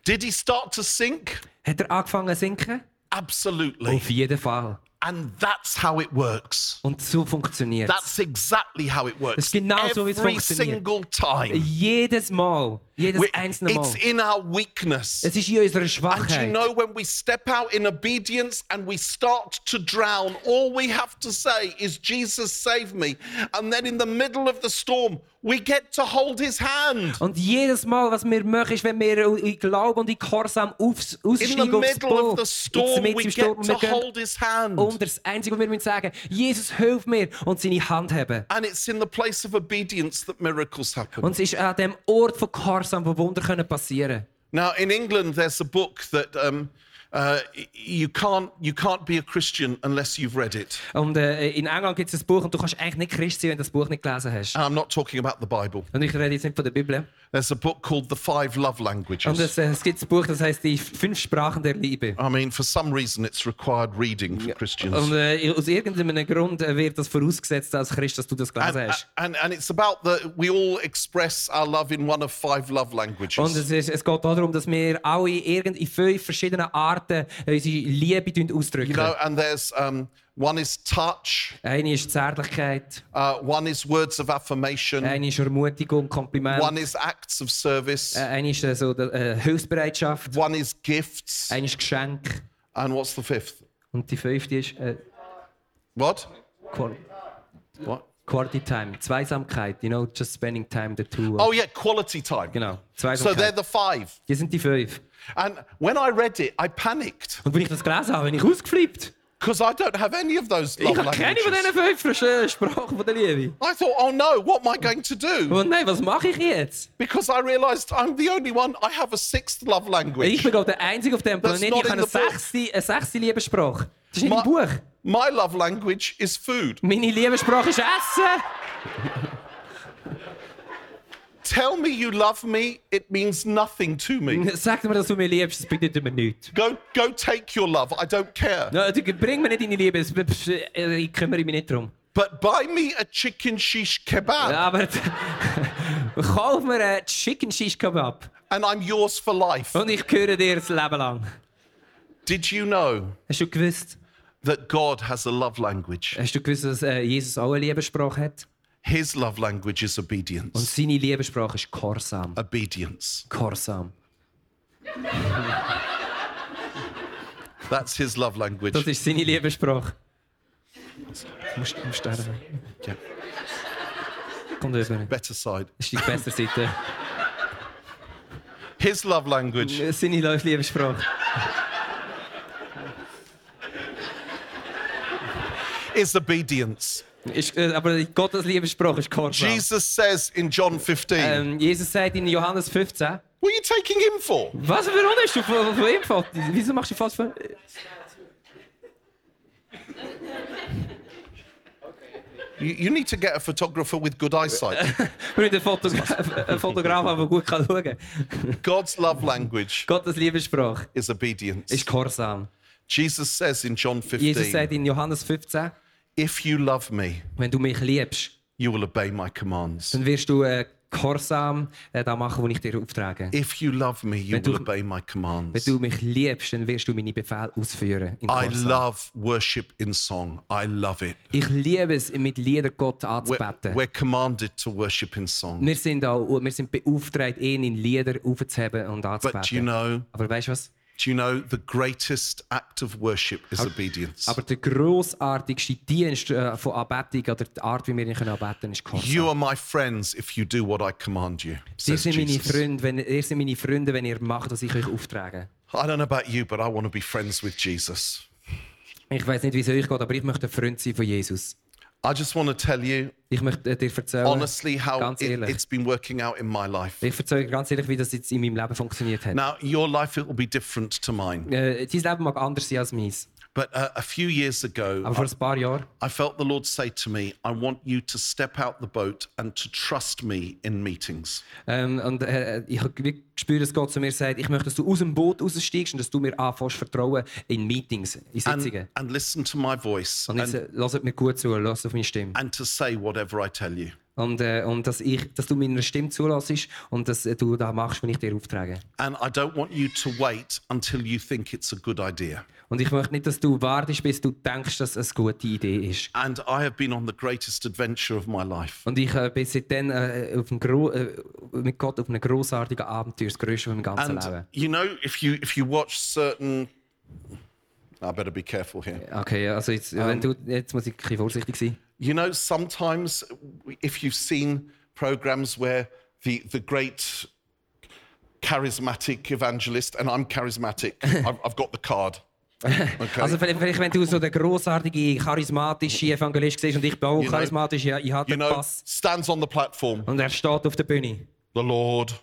Speaker 3: Did he start to sink?
Speaker 4: Hat er angefangen zu sinken?
Speaker 3: Absolutely.
Speaker 4: Auf jeden Fall.
Speaker 3: And that's how it works.
Speaker 4: Und so funktioniert es.
Speaker 3: That's exactly how it works.
Speaker 4: Das ist genau so, wie es
Speaker 3: Every
Speaker 4: funktioniert.
Speaker 3: single time.
Speaker 4: Jedes Mal. Jedes
Speaker 3: We-
Speaker 4: einzelne Mal.
Speaker 3: It's in our weakness.
Speaker 4: Es ist in unserer
Speaker 3: And you
Speaker 4: Schwachheit.
Speaker 3: know, when we step out in obedience and we start to drown, all we have to say is, Jesus, save me. And then in the middle of the storm, we get to hold his hand.
Speaker 4: Und jedes Mal, was wir machen, ist, wenn wir in Glauben und in Gehorsam aufs,
Speaker 3: In the
Speaker 4: aussteigen aufs
Speaker 3: middle of
Speaker 4: Boot,
Speaker 3: the
Speaker 4: ins
Speaker 3: storm,
Speaker 4: Mitte
Speaker 3: we
Speaker 4: im
Speaker 3: get
Speaker 4: Sturm, und
Speaker 3: to Oh,
Speaker 4: wir gehen
Speaker 3: hold his hand.
Speaker 4: unter. Das Einzige, was wir müssen sagen, Jesus, hilf mir und seine Hand haben.
Speaker 3: And it's in the place of obedience that miracles happen.
Speaker 4: Und es ist an dem Ort von Gehorsam, wo Wunder können passieren
Speaker 3: Now, in England, there's a book that um, uh, y- you, can't, you can't be a Christian unless you've read it.
Speaker 4: können. Und äh, in England gibt es ein Buch und du kannst eigentlich nicht Christ sein, wenn du das Buch nicht gelesen hast.
Speaker 3: And I'm not talking about the Bible.
Speaker 4: Und ich rede jetzt nicht von der Bibel.
Speaker 3: There's a book called The Five Love Languages.
Speaker 4: Und es, äh, es gibt ein Buch, das heißt die fünf Sprachen der Liebe.
Speaker 3: I mean, for some reason, it's required reading for Christians.
Speaker 4: Und äh, aus irgendeinem Grund äh, wird das vorausgesetzt als Christ, dass du das
Speaker 3: and, uh,
Speaker 4: gelesen hast.
Speaker 3: and, and it's about the we all express our love in one of five love languages.
Speaker 4: Und es, ist, es geht darum, dass wir alle irgend in fünf verschiedenen Arten äh, unsere Liebe tun ausdrücken.
Speaker 3: you know, and there's um, one is touch,
Speaker 4: eine ist Zärtlichkeit,
Speaker 3: uh, one is words of affirmation,
Speaker 4: eine ist Ermutigung, Kompliment,
Speaker 3: one is acts of service,
Speaker 4: äh, eine ist äh, so, äh, Hilfsbereitschaft,
Speaker 3: one is gifts,
Speaker 4: eine ist Geschenk
Speaker 3: and what's the fifth?
Speaker 4: und die fünfte ist äh,
Speaker 3: What?
Speaker 4: Qual-
Speaker 3: What?
Speaker 4: Quality Time, Zweisamkeit, you know, just spending time the two.
Speaker 3: Oh yeah, quality time.
Speaker 4: Genau,
Speaker 3: So they're
Speaker 4: Zweisamkeit.
Speaker 3: the five.
Speaker 4: die sind die fünf.
Speaker 3: And when I read it, I panicked
Speaker 4: Und wenn ich das gelesen habe, bin ich ausgeflippt.
Speaker 3: because I don't have any of those love
Speaker 4: Ich habe keine von diesen
Speaker 3: languages.
Speaker 4: fünf äh, Sprachen von der Liebe.
Speaker 3: I thought, oh no, what am I going to do?
Speaker 4: Und nein, was mache ich jetzt?
Speaker 3: Because I realized I'm the only one, I have a sixth love
Speaker 4: Ich
Speaker 3: language.
Speaker 4: bin glaub, der Einzige auf dem
Speaker 3: That's
Speaker 4: Planeten,
Speaker 3: not
Speaker 4: ich habe
Speaker 3: in
Speaker 4: eine
Speaker 3: the book.
Speaker 4: sechste, eine sechste Liebessprache. Das ist nicht
Speaker 3: Ma-
Speaker 4: im Buch.
Speaker 3: My love language is food.
Speaker 4: Meine Liebessprache ist Essen.
Speaker 3: Tell me you love me, it means nothing to me.
Speaker 4: Sag mir, dass du mich liebst, das bedeutet mir nichts.
Speaker 3: Go, go take your love, I don't care.
Speaker 4: Ja, du- Bring mir nicht deine Liebe, das- das- äh, ich kümmere mich nicht darum.
Speaker 3: But buy me a chicken shish kebab
Speaker 4: Ja, aber kauf mir einen eh, Chicken Shish Kebab
Speaker 3: and I'm yours for life.
Speaker 4: und ich gehöre dir das Leben lang.
Speaker 3: Did you know
Speaker 4: Hast du gewusst,
Speaker 3: that God has a love language?
Speaker 4: hast du gewusst dass äh, Jesus auch eine Liebessprache hat?
Speaker 3: His love language is
Speaker 4: Und
Speaker 3: obedience.
Speaker 4: seine Liebessprache ist Gehorsam.
Speaker 3: Obedience.
Speaker 4: Gehorsam.
Speaker 3: That's his love language.
Speaker 4: Das ist seine Liebessprache. Du musst, du musst sterben.
Speaker 3: Yeah.
Speaker 4: Kommt rüber.
Speaker 3: Better side.
Speaker 4: Das ist die beste Seite.
Speaker 3: His love language
Speaker 4: Äh, Seine läuft Liebessprache.
Speaker 3: is obedience.
Speaker 4: Ist, äh, aber Gottes Liebesspruch ist kurz.
Speaker 3: Jesus says in John 15,
Speaker 4: Ähm, Jesus sagt in Johannes 15,
Speaker 3: What are you taking him for?
Speaker 4: was, warum hast du von, von ihm Fotos? Wieso machst du Fotos von...
Speaker 3: You, you need to get a photographer with good eyesight.
Speaker 4: Wir müssen einen, Fotos einen Fotograf haben, der gut kann schauen kann.
Speaker 3: God's love language
Speaker 4: Gottes Liebesspruch
Speaker 3: is obedience.
Speaker 4: ist Gehorsam.
Speaker 3: Jesus says in John 15,
Speaker 4: Jesus sagt in Johannes 15,
Speaker 3: If you love me,
Speaker 4: wenn du mich liebst,
Speaker 3: you will obey my commands.
Speaker 4: dann wirst du äh, Gehorsam äh, da machen, was ich dir auftrage.
Speaker 3: If you love me, you
Speaker 4: Wenn du-
Speaker 3: will obey my
Speaker 4: Wenn
Speaker 3: commands.
Speaker 4: du mich liebst, dann wirst du meine Befehle ausführen. in
Speaker 3: I
Speaker 4: Gehorsam.
Speaker 3: love worship in song. I love it.
Speaker 4: Ich liebe es, mit Lieder Gott
Speaker 3: We're,
Speaker 4: anzubeten.
Speaker 3: we're commanded to worship in song.
Speaker 4: Wir sind auch, wir sind beauftragt, ihn in Lieder aufzuheben und anzubeten.
Speaker 3: But do you know,
Speaker 4: Aber weißt du was?
Speaker 3: do you know the greatest act of worship is obedience?
Speaker 4: Aber der grossartigste Dienst äh, von Anbetung oder die Art, wie wir ihn können anbeten können, ist
Speaker 3: You
Speaker 4: Gehorsam.
Speaker 3: are my friends if you do what I command you.
Speaker 4: Ihr
Speaker 3: Says
Speaker 4: seid, meine
Speaker 3: Jesus.
Speaker 4: Freunde, wenn, ihr seid meine Freunde, wenn ihr macht, was ich euch auftrage.
Speaker 3: I don't know about you, but I want to be friends with Jesus.
Speaker 4: Ich weiß nicht, wie es euch geht, aber ich möchte ein Freund sein von Jesus.
Speaker 3: I just want to tell you
Speaker 4: Ich möchte äh, dir erzählen,
Speaker 3: honestly how
Speaker 4: ganz
Speaker 3: it,
Speaker 4: ehrlich.
Speaker 3: it's been working out in my life.
Speaker 4: ich erzähle dir ganz ehrlich, wie das jetzt in meinem Leben funktioniert hat.
Speaker 3: Now, your life it will be different to mine.
Speaker 4: Äh, dein Leben mag anders sein als meins.
Speaker 3: But uh, a few years ago,
Speaker 4: Aber vor ein paar Jahren
Speaker 3: I felt the Lord say to me, I want you to step out the boat and to trust me in meetings.
Speaker 4: Ähm, und äh, ich habe wirklich gespürt, dass Gott zu mir sagt, ich möchte, dass du aus dem Boot raussteigst und dass du mir anfängst vertrauen in Meetings, in Sitzungen.
Speaker 3: And, and listen to my voice
Speaker 4: Und ich
Speaker 3: and,
Speaker 4: se- hört mir gut zu, hört auf meine Stimme.
Speaker 3: and to say whatever I tell you.
Speaker 4: Und, äh, und dass, ich, dass du meiner Stimme zulässt und dass äh, du das machst, was ich dir auftrage.
Speaker 3: And I don't want you to wait until you think it's a good idea.
Speaker 4: Und ich möchte nicht, dass du wartest, bis du denkst, dass es eine gute Idee ist.
Speaker 3: And I have been on the greatest adventure of my life.
Speaker 4: Und ich äh, bin seitdem äh, auf einem gro- äh, mit Gott auf einem grossartigen Abenteuer, das grösste von meinem ganzen
Speaker 3: And
Speaker 4: Leben.
Speaker 3: you know, if you if you watch certain, I better be careful here.
Speaker 4: Okay, also jetzt, wenn du, jetzt muss ich ein bisschen vorsichtig sein.
Speaker 3: You know, sometimes if you've seen programs where the the great charismatic evangelist, and I'm charismatic, I've, I've got the card. Okay.
Speaker 4: Also vielleicht, vielleicht, wenn du so den grossartigen, charismatischen Evangelist siehst und ich bin auch
Speaker 3: know-
Speaker 4: charismatisch, ja, ich habe
Speaker 3: you
Speaker 4: den
Speaker 3: know,
Speaker 4: Pass.
Speaker 3: stands on the platform.
Speaker 4: Und er steht auf der Bühne.
Speaker 3: The Lord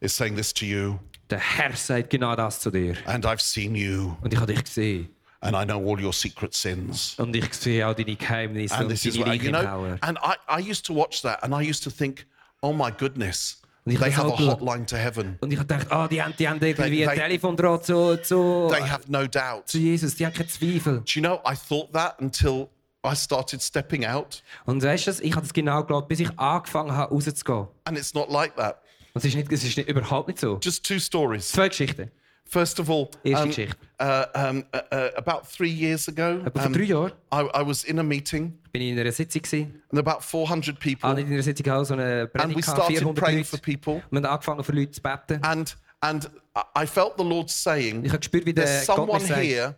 Speaker 3: is saying this to you,
Speaker 4: Der Herr sagt genau das zu dir.
Speaker 3: and I've seen you,
Speaker 4: Und ich habe dich gesehen.
Speaker 3: and I know all your secret sins.
Speaker 4: Und ich sehe auch deine Geheimnisse
Speaker 3: And
Speaker 4: und
Speaker 3: this is
Speaker 4: deine
Speaker 3: what you
Speaker 4: Leichen
Speaker 3: know.
Speaker 4: Power.
Speaker 3: And I, I used to watch that, and I used to think, oh my goodness,
Speaker 4: Und ich
Speaker 3: they
Speaker 4: hab's
Speaker 3: have a
Speaker 4: auch geschaut.
Speaker 3: hotline to heaven.
Speaker 4: Und ich habe gedacht, ah, die haben, die haben irgendwie ein
Speaker 3: they-
Speaker 4: Telefondraht zu, zu,
Speaker 3: They have no doubt.
Speaker 4: zu Jesus. Die haben keinen Zweifel.
Speaker 3: Do you know, I thought that until I started stepping out,
Speaker 4: Und weißt du, was? ich habe das genau geglaubt, bis ich angefangen habe, rauszugehen.
Speaker 3: and it's not like that.
Speaker 4: Und es ist, nicht, es ist nicht, überhaupt nicht so.
Speaker 3: Just two stories.
Speaker 4: Zwei Geschichten.
Speaker 3: First of all,
Speaker 4: Eerste Geschichte.
Speaker 3: uh, um, uh, uh, about three years ago,
Speaker 4: Etwa vor
Speaker 3: um,
Speaker 4: drei Jahren
Speaker 3: I, I was in a meeting,
Speaker 4: bin ich in einer Sitzung. Gewesen.
Speaker 3: and about 400 people,
Speaker 4: Ah, nicht in einer Sitzung, auch so eine
Speaker 3: and we
Speaker 4: Predigt. gehabt,
Speaker 3: started
Speaker 4: 400
Speaker 3: praying
Speaker 4: Leute.
Speaker 3: for people,
Speaker 4: Wir haben angefangen, für Leute zu beten.
Speaker 3: and and I- I felt the Lord saying,
Speaker 4: Ich habe gespürt, wie der
Speaker 3: there's
Speaker 4: Gott mir
Speaker 3: someone
Speaker 4: sagt,
Speaker 3: here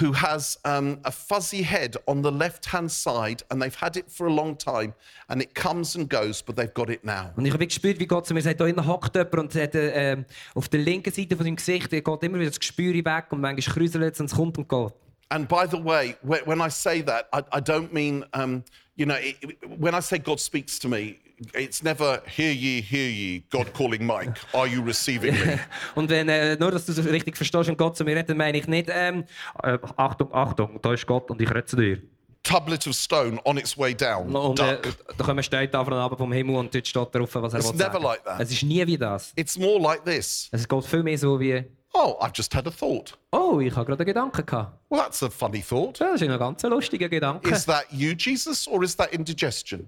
Speaker 3: who has um, a fuzzy head on the left hand side and they've had it for a long time and it comes and goes but they've got it now
Speaker 4: Und ich habe gespürt, wie Gott zu mir sagt, da hinten hockt jemand und hat, äh, ähm, auf der linken Seite von seinem Gesicht er geht immer wieder das Gespür weg und manchmal kräuselt es und es kommt und geht.
Speaker 3: and by the way whe- when i say that i, I don't mean um, you know it, it- when i say god speaks to me it's never hear ye hear ye god calling mike are you receiving me
Speaker 4: Und wenn, äh, nur, dass du es richtig verstehst und Gott zu mir redet, dann meine ich nicht, ähm, äh, Achtung, Achtung, da ist Gott und ich rede zu dir.
Speaker 3: tablet of stone on its way down
Speaker 4: Und äh,
Speaker 3: duck.
Speaker 4: da kommen Steintafel ab vom Himmel und dort steht drauf, was er
Speaker 3: It's
Speaker 4: will
Speaker 3: never
Speaker 4: sagen.
Speaker 3: like that.
Speaker 4: Es ist nie wie das.
Speaker 3: it's more like this
Speaker 4: Es geht viel mehr so wie,
Speaker 3: oh i've just had a thought
Speaker 4: oh, ich habe gerade einen Gedanken gehabt.
Speaker 3: well that's a funny thought
Speaker 4: Ja, Das ist ein ganz lustiger Gedanke.
Speaker 3: is that you jesus or is that indigestion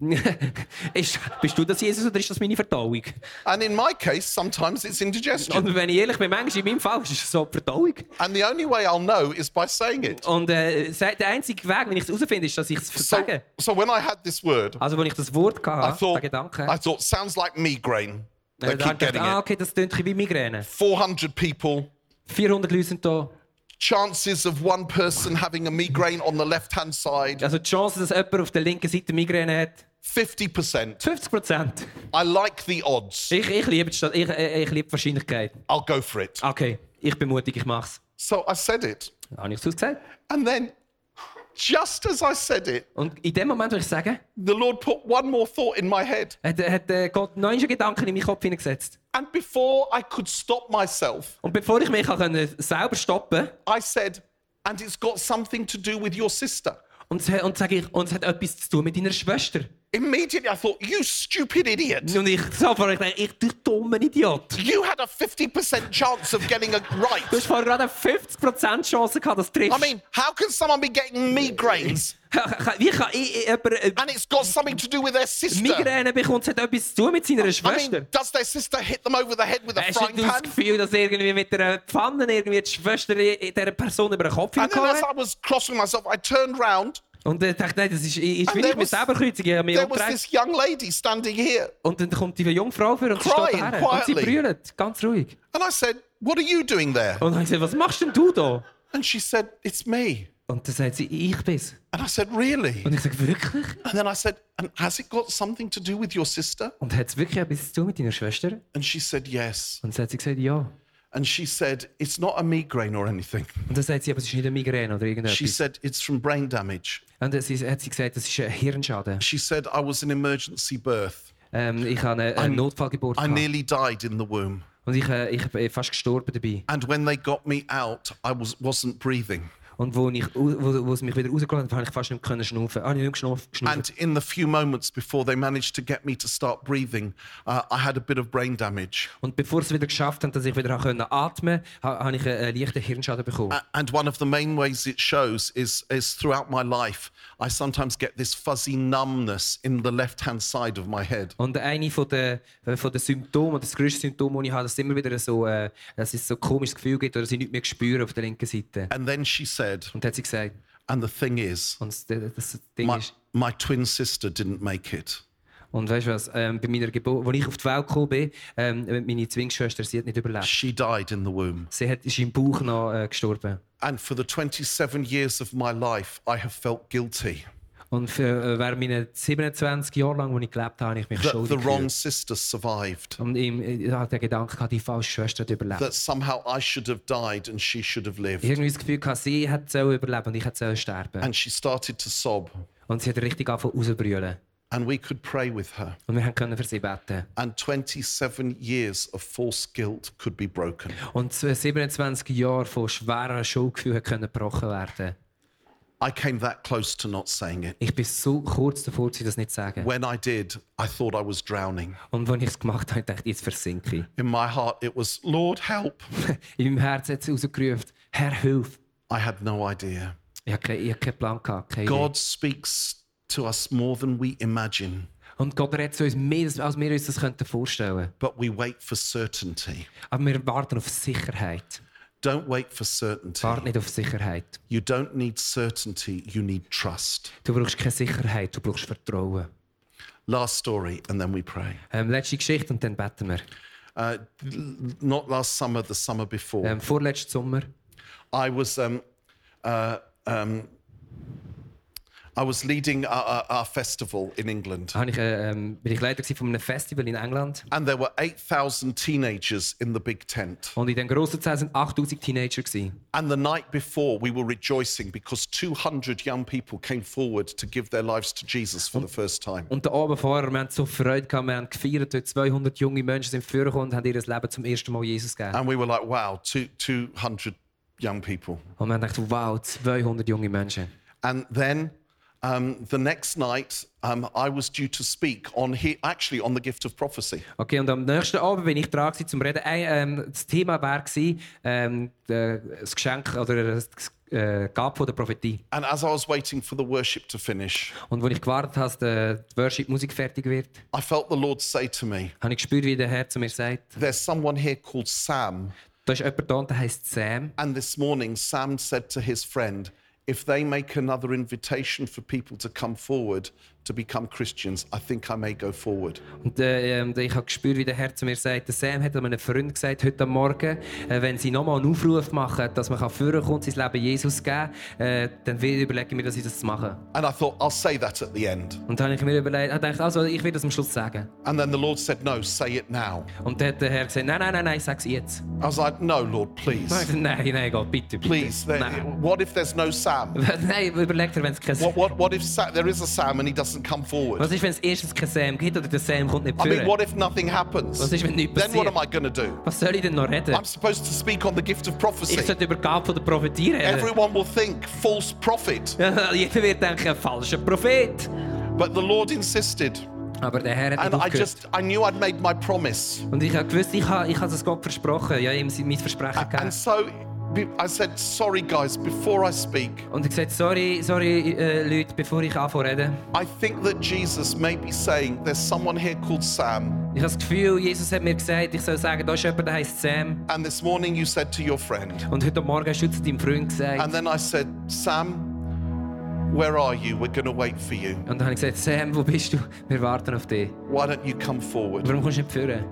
Speaker 4: ist, bist du das Jesus oder ist das meine Verdauung?
Speaker 3: And in my case, sometimes it's indigestion.
Speaker 4: Und wenn ich ehrlich bin, manchmal in meinem Fall ist es so die Verdauung.
Speaker 3: And the only way I'll know is by saying it.
Speaker 4: Und äh, se- der einzige Weg, wenn ich es herausfinde, ist, dass ich es
Speaker 3: So,
Speaker 4: versage.
Speaker 3: so when I had this word,
Speaker 4: Also, wenn ich das Wort
Speaker 3: I
Speaker 4: hatte, den
Speaker 3: thought,
Speaker 4: Gedanken,
Speaker 3: I thought sounds like migraine. ah, They keep
Speaker 4: dann dachte ich,
Speaker 3: getting
Speaker 4: ah,
Speaker 3: it.
Speaker 4: okay, das tönt ein bisschen wie Migräne.
Speaker 3: 400 people,
Speaker 4: 400 Leute sind da.
Speaker 3: chances of one person having a migraine on the left hand side,
Speaker 4: Also die Chance, dass jemand auf der linken Seite Migräne hat,
Speaker 3: 50%.
Speaker 4: 50 Prozent.
Speaker 3: I like the odds.
Speaker 4: Ich, ich liebe die Sta- ich, äh, ich liebe die Wahrscheinlichkeit.
Speaker 3: I'll go for it.
Speaker 4: Okay, ich bin mutig, ich mach's.
Speaker 3: So I said it.
Speaker 4: Habe ich es ausgesagt?
Speaker 3: And then just as I said it,
Speaker 4: Und in dem Moment, wo ich sage,
Speaker 3: the Lord put one more thought in my head.
Speaker 4: hat, hat äh, Gott neuen Gedanken in meinen Kopf hineingesetzt.
Speaker 3: And before I could stop myself,
Speaker 4: Und bevor ich mich auch können, selber stoppen
Speaker 3: I said, and it's got something to do with your sister.
Speaker 4: und, s- und sage ich, und es hat etwas zu tun mit deiner Schwester.
Speaker 3: Immediately I thought, you stupid idiot.
Speaker 4: Und ich sofort ich denke, ich, du dummer Idiot.
Speaker 3: You had a 50% chance of getting it
Speaker 4: Du hast
Speaker 3: right.
Speaker 4: vorher gerade eine 50% Chance gehabt, dass du
Speaker 3: I
Speaker 4: triffst.
Speaker 3: mean, how can someone be getting migraines
Speaker 4: Wie kann ich, ich jemand äh,
Speaker 3: and it's got something to do with their sister?
Speaker 4: Migräne bekommt, es hat etwas zu tun mit seiner
Speaker 3: I
Speaker 4: Schwester?
Speaker 3: mean, does their sister hit them over the head with a
Speaker 4: Hast
Speaker 3: frying
Speaker 4: du das
Speaker 3: pan?
Speaker 4: Gefühl, dass irgendwie mit einer Pfanne irgendwie die Schwester i- dieser Person über den Kopf
Speaker 3: And then as
Speaker 4: hingehauen
Speaker 3: I was crossing myself, I turned round.
Speaker 4: Und ich dachte, nein, das ist, ich, ich
Speaker 3: And there
Speaker 4: bin nicht mit
Speaker 3: was-
Speaker 4: Selberkreuzung, ich habe mich
Speaker 3: There was
Speaker 4: umgedreht.
Speaker 3: this young lady standing here.
Speaker 4: Und dann kommt diese Jungfrau für und sie
Speaker 3: Crying
Speaker 4: steht her und sie
Speaker 3: quietly.
Speaker 4: brüllt, ganz ruhig.
Speaker 3: And I said, What are you doing there?
Speaker 4: Und dann habe ich gesagt, was machst denn du da?
Speaker 3: And she said, It's me.
Speaker 4: Und dann sagt sie, ich bin's.
Speaker 3: And I said, Really?
Speaker 4: Und ich sage, wirklich?
Speaker 3: And then I said, And has it got something to do with your sister?
Speaker 4: Und hat es wirklich etwas zu tun mit deiner Schwester?
Speaker 3: And she said, Yes.
Speaker 4: Und dann hat sie gesagt, ja.
Speaker 3: And she said, It's not a migraine or anything.
Speaker 4: Und dann sagt sie, aber es ist nicht eine Migräne oder
Speaker 3: She
Speaker 4: irgendetwas.
Speaker 3: said, It's from brain damage.
Speaker 4: Und dann sie- hat sie gesagt, das ist ein Hirnschaden.
Speaker 3: She said, I was an emergency birth.
Speaker 4: Ähm, ich habe eine, eine Notfallgeburt
Speaker 3: I
Speaker 4: gehabt.
Speaker 3: nearly died in the womb.
Speaker 4: und ich, äh, ich bin fast gestorben dabei.
Speaker 3: And when they got me out, I was, wasn't breathing.
Speaker 4: Und wo, ich, wo, wo sie mich wieder rausgelassen haben, habe ich fast nicht mehr können schnaufen. Ah, ich habe nicht mehr geschnaufen. geschnaufen.
Speaker 3: And in the few moments before they managed to get me to start breathing, uh, I had a bit of brain damage.
Speaker 4: Und bevor sie es wieder geschafft haben, dass ich wieder atmen konnte, ha- habe ich einen, einen leichten Hirnschaden bekommen.
Speaker 3: A- And one of the main ways it shows is, is throughout my life, I sometimes get this fuzzy numbness in the left hand side of my head.
Speaker 4: Und eine von den, von den Symptomen, das größte Symptom, das ich habe, dass immer wieder so, äh, dass es so ein komisches Gefühl gibt oder sie nicht mehr spüren auf der linken Seite.
Speaker 3: And then she said,
Speaker 4: Und dann hat sie gesagt,
Speaker 3: and the thing is,
Speaker 4: und das, das Ding
Speaker 3: my,
Speaker 4: ist,
Speaker 3: my twin sister didn't make it.
Speaker 4: und weißt du was, ähm, bei meiner Geburt, als ich auf die Welt gekommen bin, ähm, meine Zwillingsschwester, sie hat nicht überlebt.
Speaker 3: She died in the womb.
Speaker 4: Sie hat, ist im Bauch noch äh, gestorben.
Speaker 3: And for the 27 years of my life, I have felt guilty
Speaker 4: Und für, äh, während meiner 27 Jahre lang, wo ich gelebt habe, habe ich mich
Speaker 3: that
Speaker 4: schuldig
Speaker 3: the wrong
Speaker 4: gefühlt.
Speaker 3: sister survived,
Speaker 4: Und ich, ich hatte den Gedanken, gehabt, die falsche Schwester hat überlebt.
Speaker 3: that somehow I should have died and she should have lived.
Speaker 4: ich hatte irgendwie das Gefühl, gehabt, sie hat soll überleben und ich hätte sollen sterben.
Speaker 3: And she started to sob.
Speaker 4: und sie hat richtig angefangen rauszubrüllen.
Speaker 3: And we could pray with her.
Speaker 4: Und wir haben können für sie beten.
Speaker 3: And 27 years of false guilt could be broken.
Speaker 4: Und zu 27 Jahre von schweren Schuldgefühlen können gebrochen werden.
Speaker 3: I came that close to not saying it.
Speaker 4: Ich bin so kurz davor, sie das nicht zu sagen.
Speaker 3: When I did, I thought I was drowning.
Speaker 4: Und als ich es gemacht habe, dachte ich, jetzt versinke ich.
Speaker 3: In my heart, it was, Lord, help.
Speaker 4: In meinem Herzen hat sie rausgerufen, Herr, hilf.
Speaker 3: I had no idea.
Speaker 4: Ich hatte keinen, ich hatte keinen Plan. Gehabt, keine Idee.
Speaker 3: God speaks to us more than we imagine,
Speaker 4: Und Gott redet zu uns mehr, als wir uns das könnten vorstellen
Speaker 3: but we wait for certainty.
Speaker 4: Aber wir warten auf Sicherheit.
Speaker 3: Don't wait for certainty.
Speaker 4: Warte nicht auf Sicherheit.
Speaker 3: You don't need certainty, you need trust.
Speaker 4: Du brauchst keine Sicherheit, du brauchst Vertrauen.
Speaker 3: Last story, and then we pray.
Speaker 4: Ähm, letzte Geschichte und dann beten wir.
Speaker 3: Uh, l- not last summer, the summer before.
Speaker 4: Ähm, vorletzten Sommer
Speaker 3: I was um, uh, um, I was leading our, our, our festival in England,
Speaker 4: war ich, äh, ähm, bin ich Leiter gewesen von einem Festival in England.
Speaker 3: and there were eight thousand teenagers in the big tent.
Speaker 4: Und in diesem grossen Zelt waren 8000 Teenager. Gewesen.
Speaker 3: And the night before, we were rejoicing because two hundred young people came forward to give their lives to Jesus for the first time.
Speaker 4: Und den Abend vorher, wir hatten so Freude, gehabt, wir haben gefeiert, weil 200 junge Menschen sind vorgekommen und haben ihr Leben zum ersten Mal Jesus gegeben.
Speaker 3: And we were like, "Wow, two two hundred young people."
Speaker 4: Und wir haben gedacht, wow, 200 junge Menschen.
Speaker 3: And then um, the next night, um, I was due to speak on he- actually on the gift of prophecy.
Speaker 4: Okay, und am nächsten Abend bin ich dran gewesen, zum Reden. Ein, ähm, das Thema war ähm, der- das Geschenk oder das äh, Gab von der Prophetie.
Speaker 3: And as I was waiting for the worship to finish,
Speaker 4: Und als ich gewartet habe, dass der- die Worship-Musik fertig wird,
Speaker 3: I felt the Lord say to me,
Speaker 4: habe ich gespürt, wie der Herr zu mir sagt:
Speaker 3: There's someone here called Sam.
Speaker 4: Da ist jemand da, und der heißt Sam.
Speaker 3: And this morning, Sam said to his friend, If they make another invitation for people to come forward, to become Christians, I think I may go forward.
Speaker 4: Und äh, ähm, ich habe gespürt, wie der Herr zu mir sagt, der Sam hat einem Freund gesagt heute am Morgen, äh, wenn sie nochmal einen Aufruf machen, dass man vorkommt, sein Leben Jesus geben kann, äh, dann will- überlege ich mir, dass ich das mache.
Speaker 3: And I thought, I'll say that at the end.
Speaker 4: Und dann habe ich mir überlegt, habe gedacht, also ich will das am Schluss sagen.
Speaker 3: And then the Lord said, No, say it now.
Speaker 4: Und dann hat der Herr gesagt, nein, nein, nein, nein, sag's jetzt. Und
Speaker 3: I was like, No, Lord,
Speaker 4: dann habe ich
Speaker 3: please.
Speaker 4: gesagt, nein, nein, Gott, bitte, bitte.
Speaker 3: Please. There-
Speaker 4: Nein.
Speaker 3: what if there's no Sam?
Speaker 4: nein, überleg dir, wenn es kein...
Speaker 3: What, what, what if Sa- there is a Sam and he doesn't come forward?
Speaker 4: Was ist, wenn es erstens kein Sam gibt oder der Sam kommt nicht
Speaker 3: I mean,
Speaker 4: vor?
Speaker 3: what if nothing happens?
Speaker 4: Was ist, wenn nichts
Speaker 3: Then what
Speaker 4: passiert?
Speaker 3: am I going to do?
Speaker 4: Was soll ich denn noch reden?
Speaker 3: I'm supposed to speak on the gift of
Speaker 4: Ich
Speaker 3: prophecy.
Speaker 4: sollte über die Gabe von der Prophetie reden.
Speaker 3: Everyone will think false prophet,
Speaker 4: Jeder wird denken, falscher Prophet.
Speaker 3: but the Lord insisted.
Speaker 4: Aber der Herr hat nicht
Speaker 3: And I
Speaker 4: aufgehört.
Speaker 3: just, I knew I'd made my promise.
Speaker 4: Und ich habe gewusst, ich habe, ich habe es Gott versprochen. Ja, ihm mein Versprechen gegeben.
Speaker 3: And so be- I said, Sorry, guys, before I speak,
Speaker 4: Und ich gesagt, sorry, sorry, äh, Leute, bevor ich anfange zu reden.
Speaker 3: I think that Jesus may be saying there's someone here called Sam.
Speaker 4: Ich habe das Gefühl, Jesus hat mir gesagt, ich soll sagen, da ist jemand, der heißt Sam.
Speaker 3: And this morning you said to your friend.
Speaker 4: Und heute Morgen hast du zu deinem Freund gesagt.
Speaker 3: And then I said, Sam, where are you? We're going to wait for you.
Speaker 4: Und dann habe ich gesagt, Sam, wo bist du? Wir warten auf dich.
Speaker 3: Why don't you come forward?
Speaker 4: Warum kommst du nicht führen?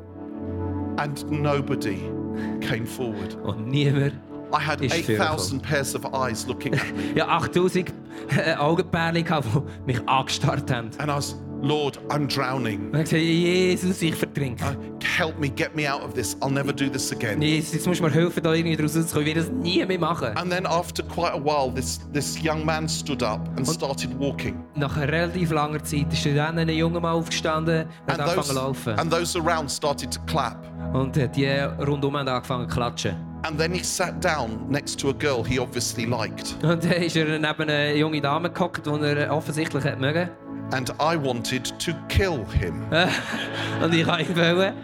Speaker 3: And nobody came forward.
Speaker 4: Und niemand.
Speaker 3: I had
Speaker 4: Is fearful.
Speaker 3: 8,000 pairs of eyes looking at me.
Speaker 4: Ja, 8000 Augenpärchen, äh, gehabt, die mich angestarrt haben. Und
Speaker 3: And I was, Lord, I'm drowning.
Speaker 4: ich habe gesagt, Jesus, ich vertrinke.
Speaker 3: Help me, get me out of this. I'll never do this again.
Speaker 4: Jesus, jetzt musst du mir helfen, da irgendwie draus rauszukommen. Ich werde das nie mehr machen.
Speaker 3: And then after quite a while, this, this young man stood up and started walking.
Speaker 4: Nach einer relativ langer Zeit ist dann ein junger Mann aufgestanden und
Speaker 3: And
Speaker 4: hat angefangen
Speaker 3: those,
Speaker 4: zu laufen.
Speaker 3: and those around started to clap.
Speaker 4: Und äh, die rundum haben angefangen zu klatschen.
Speaker 3: And then he sat down next to a girl he obviously liked.
Speaker 4: Und dann ist er neben eine junge Dame gehockt, die er offensichtlich hat mögen.
Speaker 3: And I wanted to kill him. And
Speaker 4: Äh, und ich wollte ihn wollen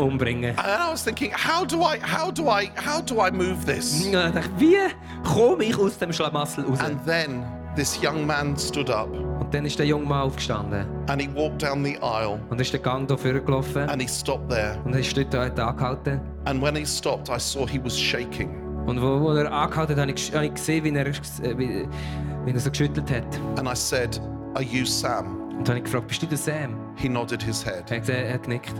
Speaker 4: umbringen.
Speaker 3: I was thinking, how do I, how do I, how do I move this?
Speaker 4: Und ich dachte, wie komme ich aus dem Schlamassel raus?
Speaker 3: And then this young man stood up
Speaker 4: Und dann ist der junge Mann aufgestanden.
Speaker 3: and he walked down the aisle
Speaker 4: Und ist den Gang hier gelaufen.
Speaker 3: and he stopped there.
Speaker 4: Und ist dort dort angehalten.
Speaker 3: And when he stopped, I saw he was shaking.
Speaker 4: Und wo, wo er angehalten hat, habe ich, gesch- habe ich gesehen, wie er, äh, wie, wie er so geschüttelt hat.
Speaker 3: And I said, Are you Sam?
Speaker 4: Und dann habe ich gefragt, bist du der Sam?
Speaker 3: He nodded his head.
Speaker 4: Er hat, äh, er hat genickt.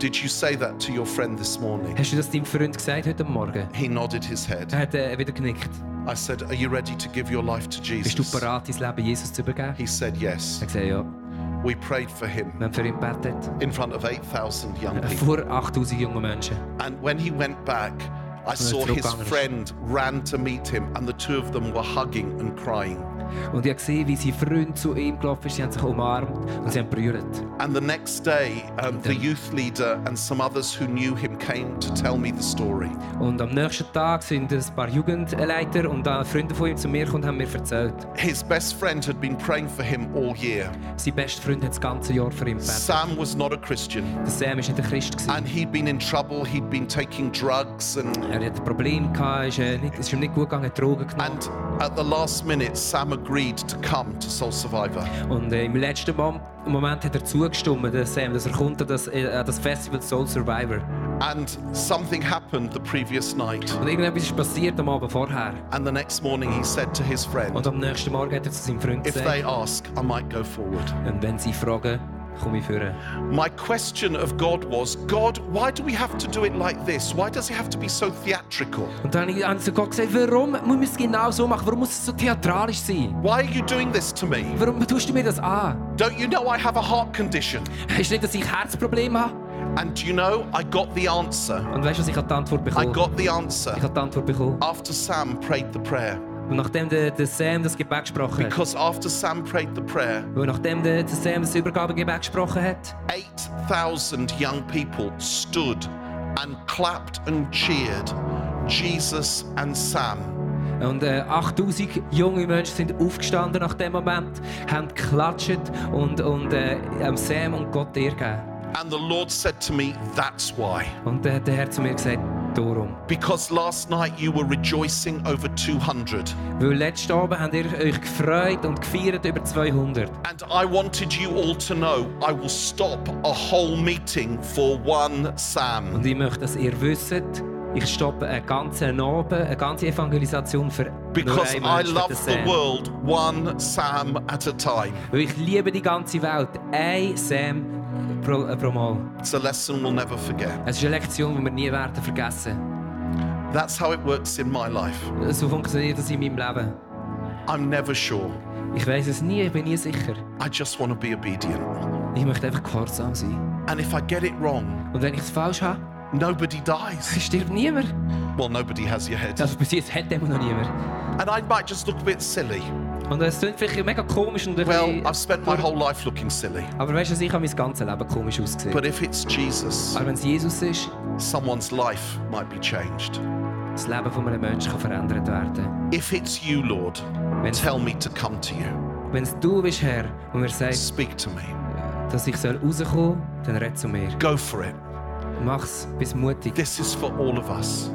Speaker 3: Did you say that to your friend this morning?
Speaker 4: Hast du das deinem Freund gesagt heute Morgen?
Speaker 3: He nodded his
Speaker 4: Er
Speaker 3: head.
Speaker 4: hat äh, wieder genickt.
Speaker 3: I said, Are you ready to give your life to
Speaker 4: Bist du
Speaker 3: Jesus?
Speaker 4: bereit, dein Leben Jesus zu übergeben?
Speaker 3: He said, Yes.
Speaker 4: Er hat gesagt, ja. Wir
Speaker 3: We prayed for him
Speaker 4: haben für ihn gebetet.
Speaker 3: in front of 8,000 young
Speaker 4: Äh,
Speaker 3: people.
Speaker 4: Vor 8000 jungen Menschen.
Speaker 3: And when he went back, I saw his
Speaker 4: teruggegaan is.
Speaker 3: friend ran to meet him, and the two of them were hugging and crying.
Speaker 4: Und ich habe gesehen, wie sein Freund zu ihm gelaufen ist. Sie haben sich umarmt und sie haben berührt.
Speaker 3: And the next day, um, the youth leader and some others who knew him came to tell me the story.
Speaker 4: Und am nächsten Tag sind ein paar Jugendleiter und äh, Freunde von ihm zu mir gekommen und haben mir erzählt,
Speaker 3: His best friend had been praying for him all year.
Speaker 4: sein bester Freund hat das ganze Jahr für ihn gebetet.
Speaker 3: Sam was not a Christian,
Speaker 4: Der Sam war nicht ein Christ. Gewesen.
Speaker 3: and he'd been in trouble. He'd been taking drugs, and
Speaker 4: Er hatte Probleme, gehabt, ist, äh, nicht, es ist ihm nicht gut gegangen, hat Drogen genommen.
Speaker 3: and at the last minute, Sam agreed to come to Soul Survivor.
Speaker 4: Und äh, im letzten Mom Moment hat er zugestimmt, der Sam, dass er kommt an das, äh, an das Festival Soul Survivor.
Speaker 3: And something happened the previous night.
Speaker 4: Und irgendetwas ist passiert am Abend vorher.
Speaker 3: And the next morning, he said to his
Speaker 4: Und
Speaker 3: friend,
Speaker 4: am nächsten Morgen hat er zu seinem Freund
Speaker 3: "If
Speaker 4: gesagt,
Speaker 3: they ask, I might go forward."
Speaker 4: und wenn sie fragen, komme ich führen.
Speaker 3: My question of God was, God, why do we have to do it like this? Why does it have to be so theatrical?
Speaker 4: Und dann habe ich- habe ich zu Gott gesagt, warum muss man es genau so machen? Warum muss es so theatralisch sein?
Speaker 3: Why are you doing this to me?
Speaker 4: Warum tust du mir das an?
Speaker 3: Don't you know I have a heart condition?
Speaker 4: Ist nicht, dass ich Herzprobleme habe?
Speaker 3: And do you know, I got the answer.
Speaker 4: Und weißt du, was ich habe die Antwort
Speaker 3: I
Speaker 4: bekommen?
Speaker 3: got the
Speaker 4: Ich
Speaker 3: answer
Speaker 4: habe die Antwort bekommen.
Speaker 3: after Sam prayed the prayer.
Speaker 4: Und nachdem der, der Sam das Gebet gesprochen hat,
Speaker 3: Because after Sam prayed the prayer,
Speaker 4: weil nachdem der, der Sam das Übergabegebet gesprochen hat,
Speaker 3: 8,000 young people stood and clapped and cheered Jesus and Sam.
Speaker 4: Und äh, 8000 junge Menschen sind aufgestanden nach dem Moment, haben geklatscht und, und äh, ähm, Sam und Gott dir gegeben.
Speaker 3: And the Lord said to me, That's why.
Speaker 4: Und äh, der Herr zu mir gesagt, darum.
Speaker 3: Because last night you were rejoicing over 200.
Speaker 4: Weil letzten Abend habt ihr euch gefreut und gefeiert über 200.
Speaker 3: And I wanted you all to know I will stop a whole meeting for one Sam.
Speaker 4: Und ich möchte, dass ihr wisst, Ich stoppe einen ganzen Abend, eine ganze Evangelisation für nur
Speaker 3: Because
Speaker 4: einen
Speaker 3: I
Speaker 4: Menschen,
Speaker 3: love
Speaker 4: den
Speaker 3: the
Speaker 4: Sam.
Speaker 3: world one Sam at a time.
Speaker 4: Weil ich liebe die ganze Welt. Ein Sam pro, äh, pro Mal.
Speaker 3: It's a lesson we'll never forget.
Speaker 4: Es ist eine Lektion, die wir nie werden vergessen.
Speaker 3: That's how it works in my life.
Speaker 4: So funktioniert das in meinem Leben.
Speaker 3: I'm never sure.
Speaker 4: Ich weiß es nie, ich bin nie sicher.
Speaker 3: I just want to be obedient.
Speaker 4: Ich möchte einfach gehorsam sein.
Speaker 3: And if I get it wrong,
Speaker 4: Und wenn ich es falsch habe,
Speaker 3: nobody dies.
Speaker 4: stirbt niemand.
Speaker 3: Well, nobody has your head.
Speaker 4: Also bis jetzt hat immer noch niemand.
Speaker 3: And I might just look a bit silly.
Speaker 4: Und es klingt vielleicht mega komisch und ein
Speaker 3: Well,
Speaker 4: bisschen-
Speaker 3: I've spent my whole life looking silly.
Speaker 4: Aber weißt du, ich habe mein ganzes Leben komisch ausgesehen.
Speaker 3: But if it's Jesus,
Speaker 4: Aber wenn es Jesus ist,
Speaker 3: someone's life might be changed.
Speaker 4: das Leben von einem Menschen kann verändert werden.
Speaker 3: If it's you, Lord,
Speaker 4: Wenn-
Speaker 3: tell me to come to you.
Speaker 4: Wenn es du bist, Herr, und mir sagt,
Speaker 3: Speak to me.
Speaker 4: dass ich soll rauskommen soll, dann red zu mir.
Speaker 3: Go for it.
Speaker 4: Mach's, bist mutig.
Speaker 3: This is for all of us.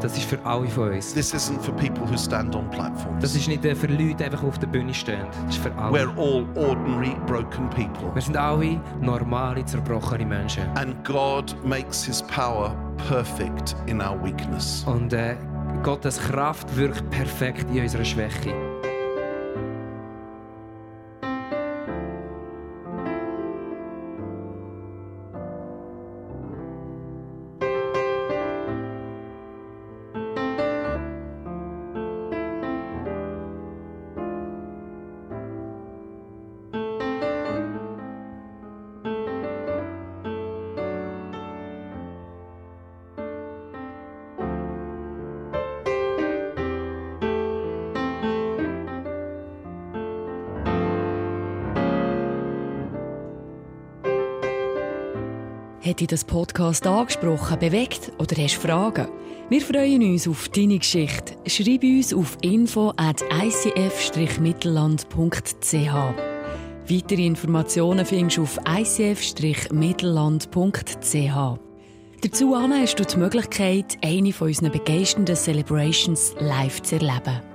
Speaker 4: Das ist für alle von uns.
Speaker 3: This isn't for people who stand on
Speaker 4: Das
Speaker 3: platforms.
Speaker 4: ist nicht äh, für Leute, die einfach auf der Bühne stehen. Das ist für alle.
Speaker 3: We're all ordinary, broken people.
Speaker 4: Wir sind alle normale, zerbrochene Menschen.
Speaker 3: And God makes his power perfect in our weakness.
Speaker 4: Und äh, Gottes Kraft wirkt perfekt in unserer Schwäche.
Speaker 1: Hat dich das Podcast angesprochen, bewegt oder hast Fragen? Wir freuen uns auf deine Geschichte. Schreib uns auf info.icf-mittelland.ch. Weitere Informationen findest du auf icf-mittelland.ch. Dazu Anna, hast du die Möglichkeit, eine von unseren begeisternden Celebrations live zu erleben.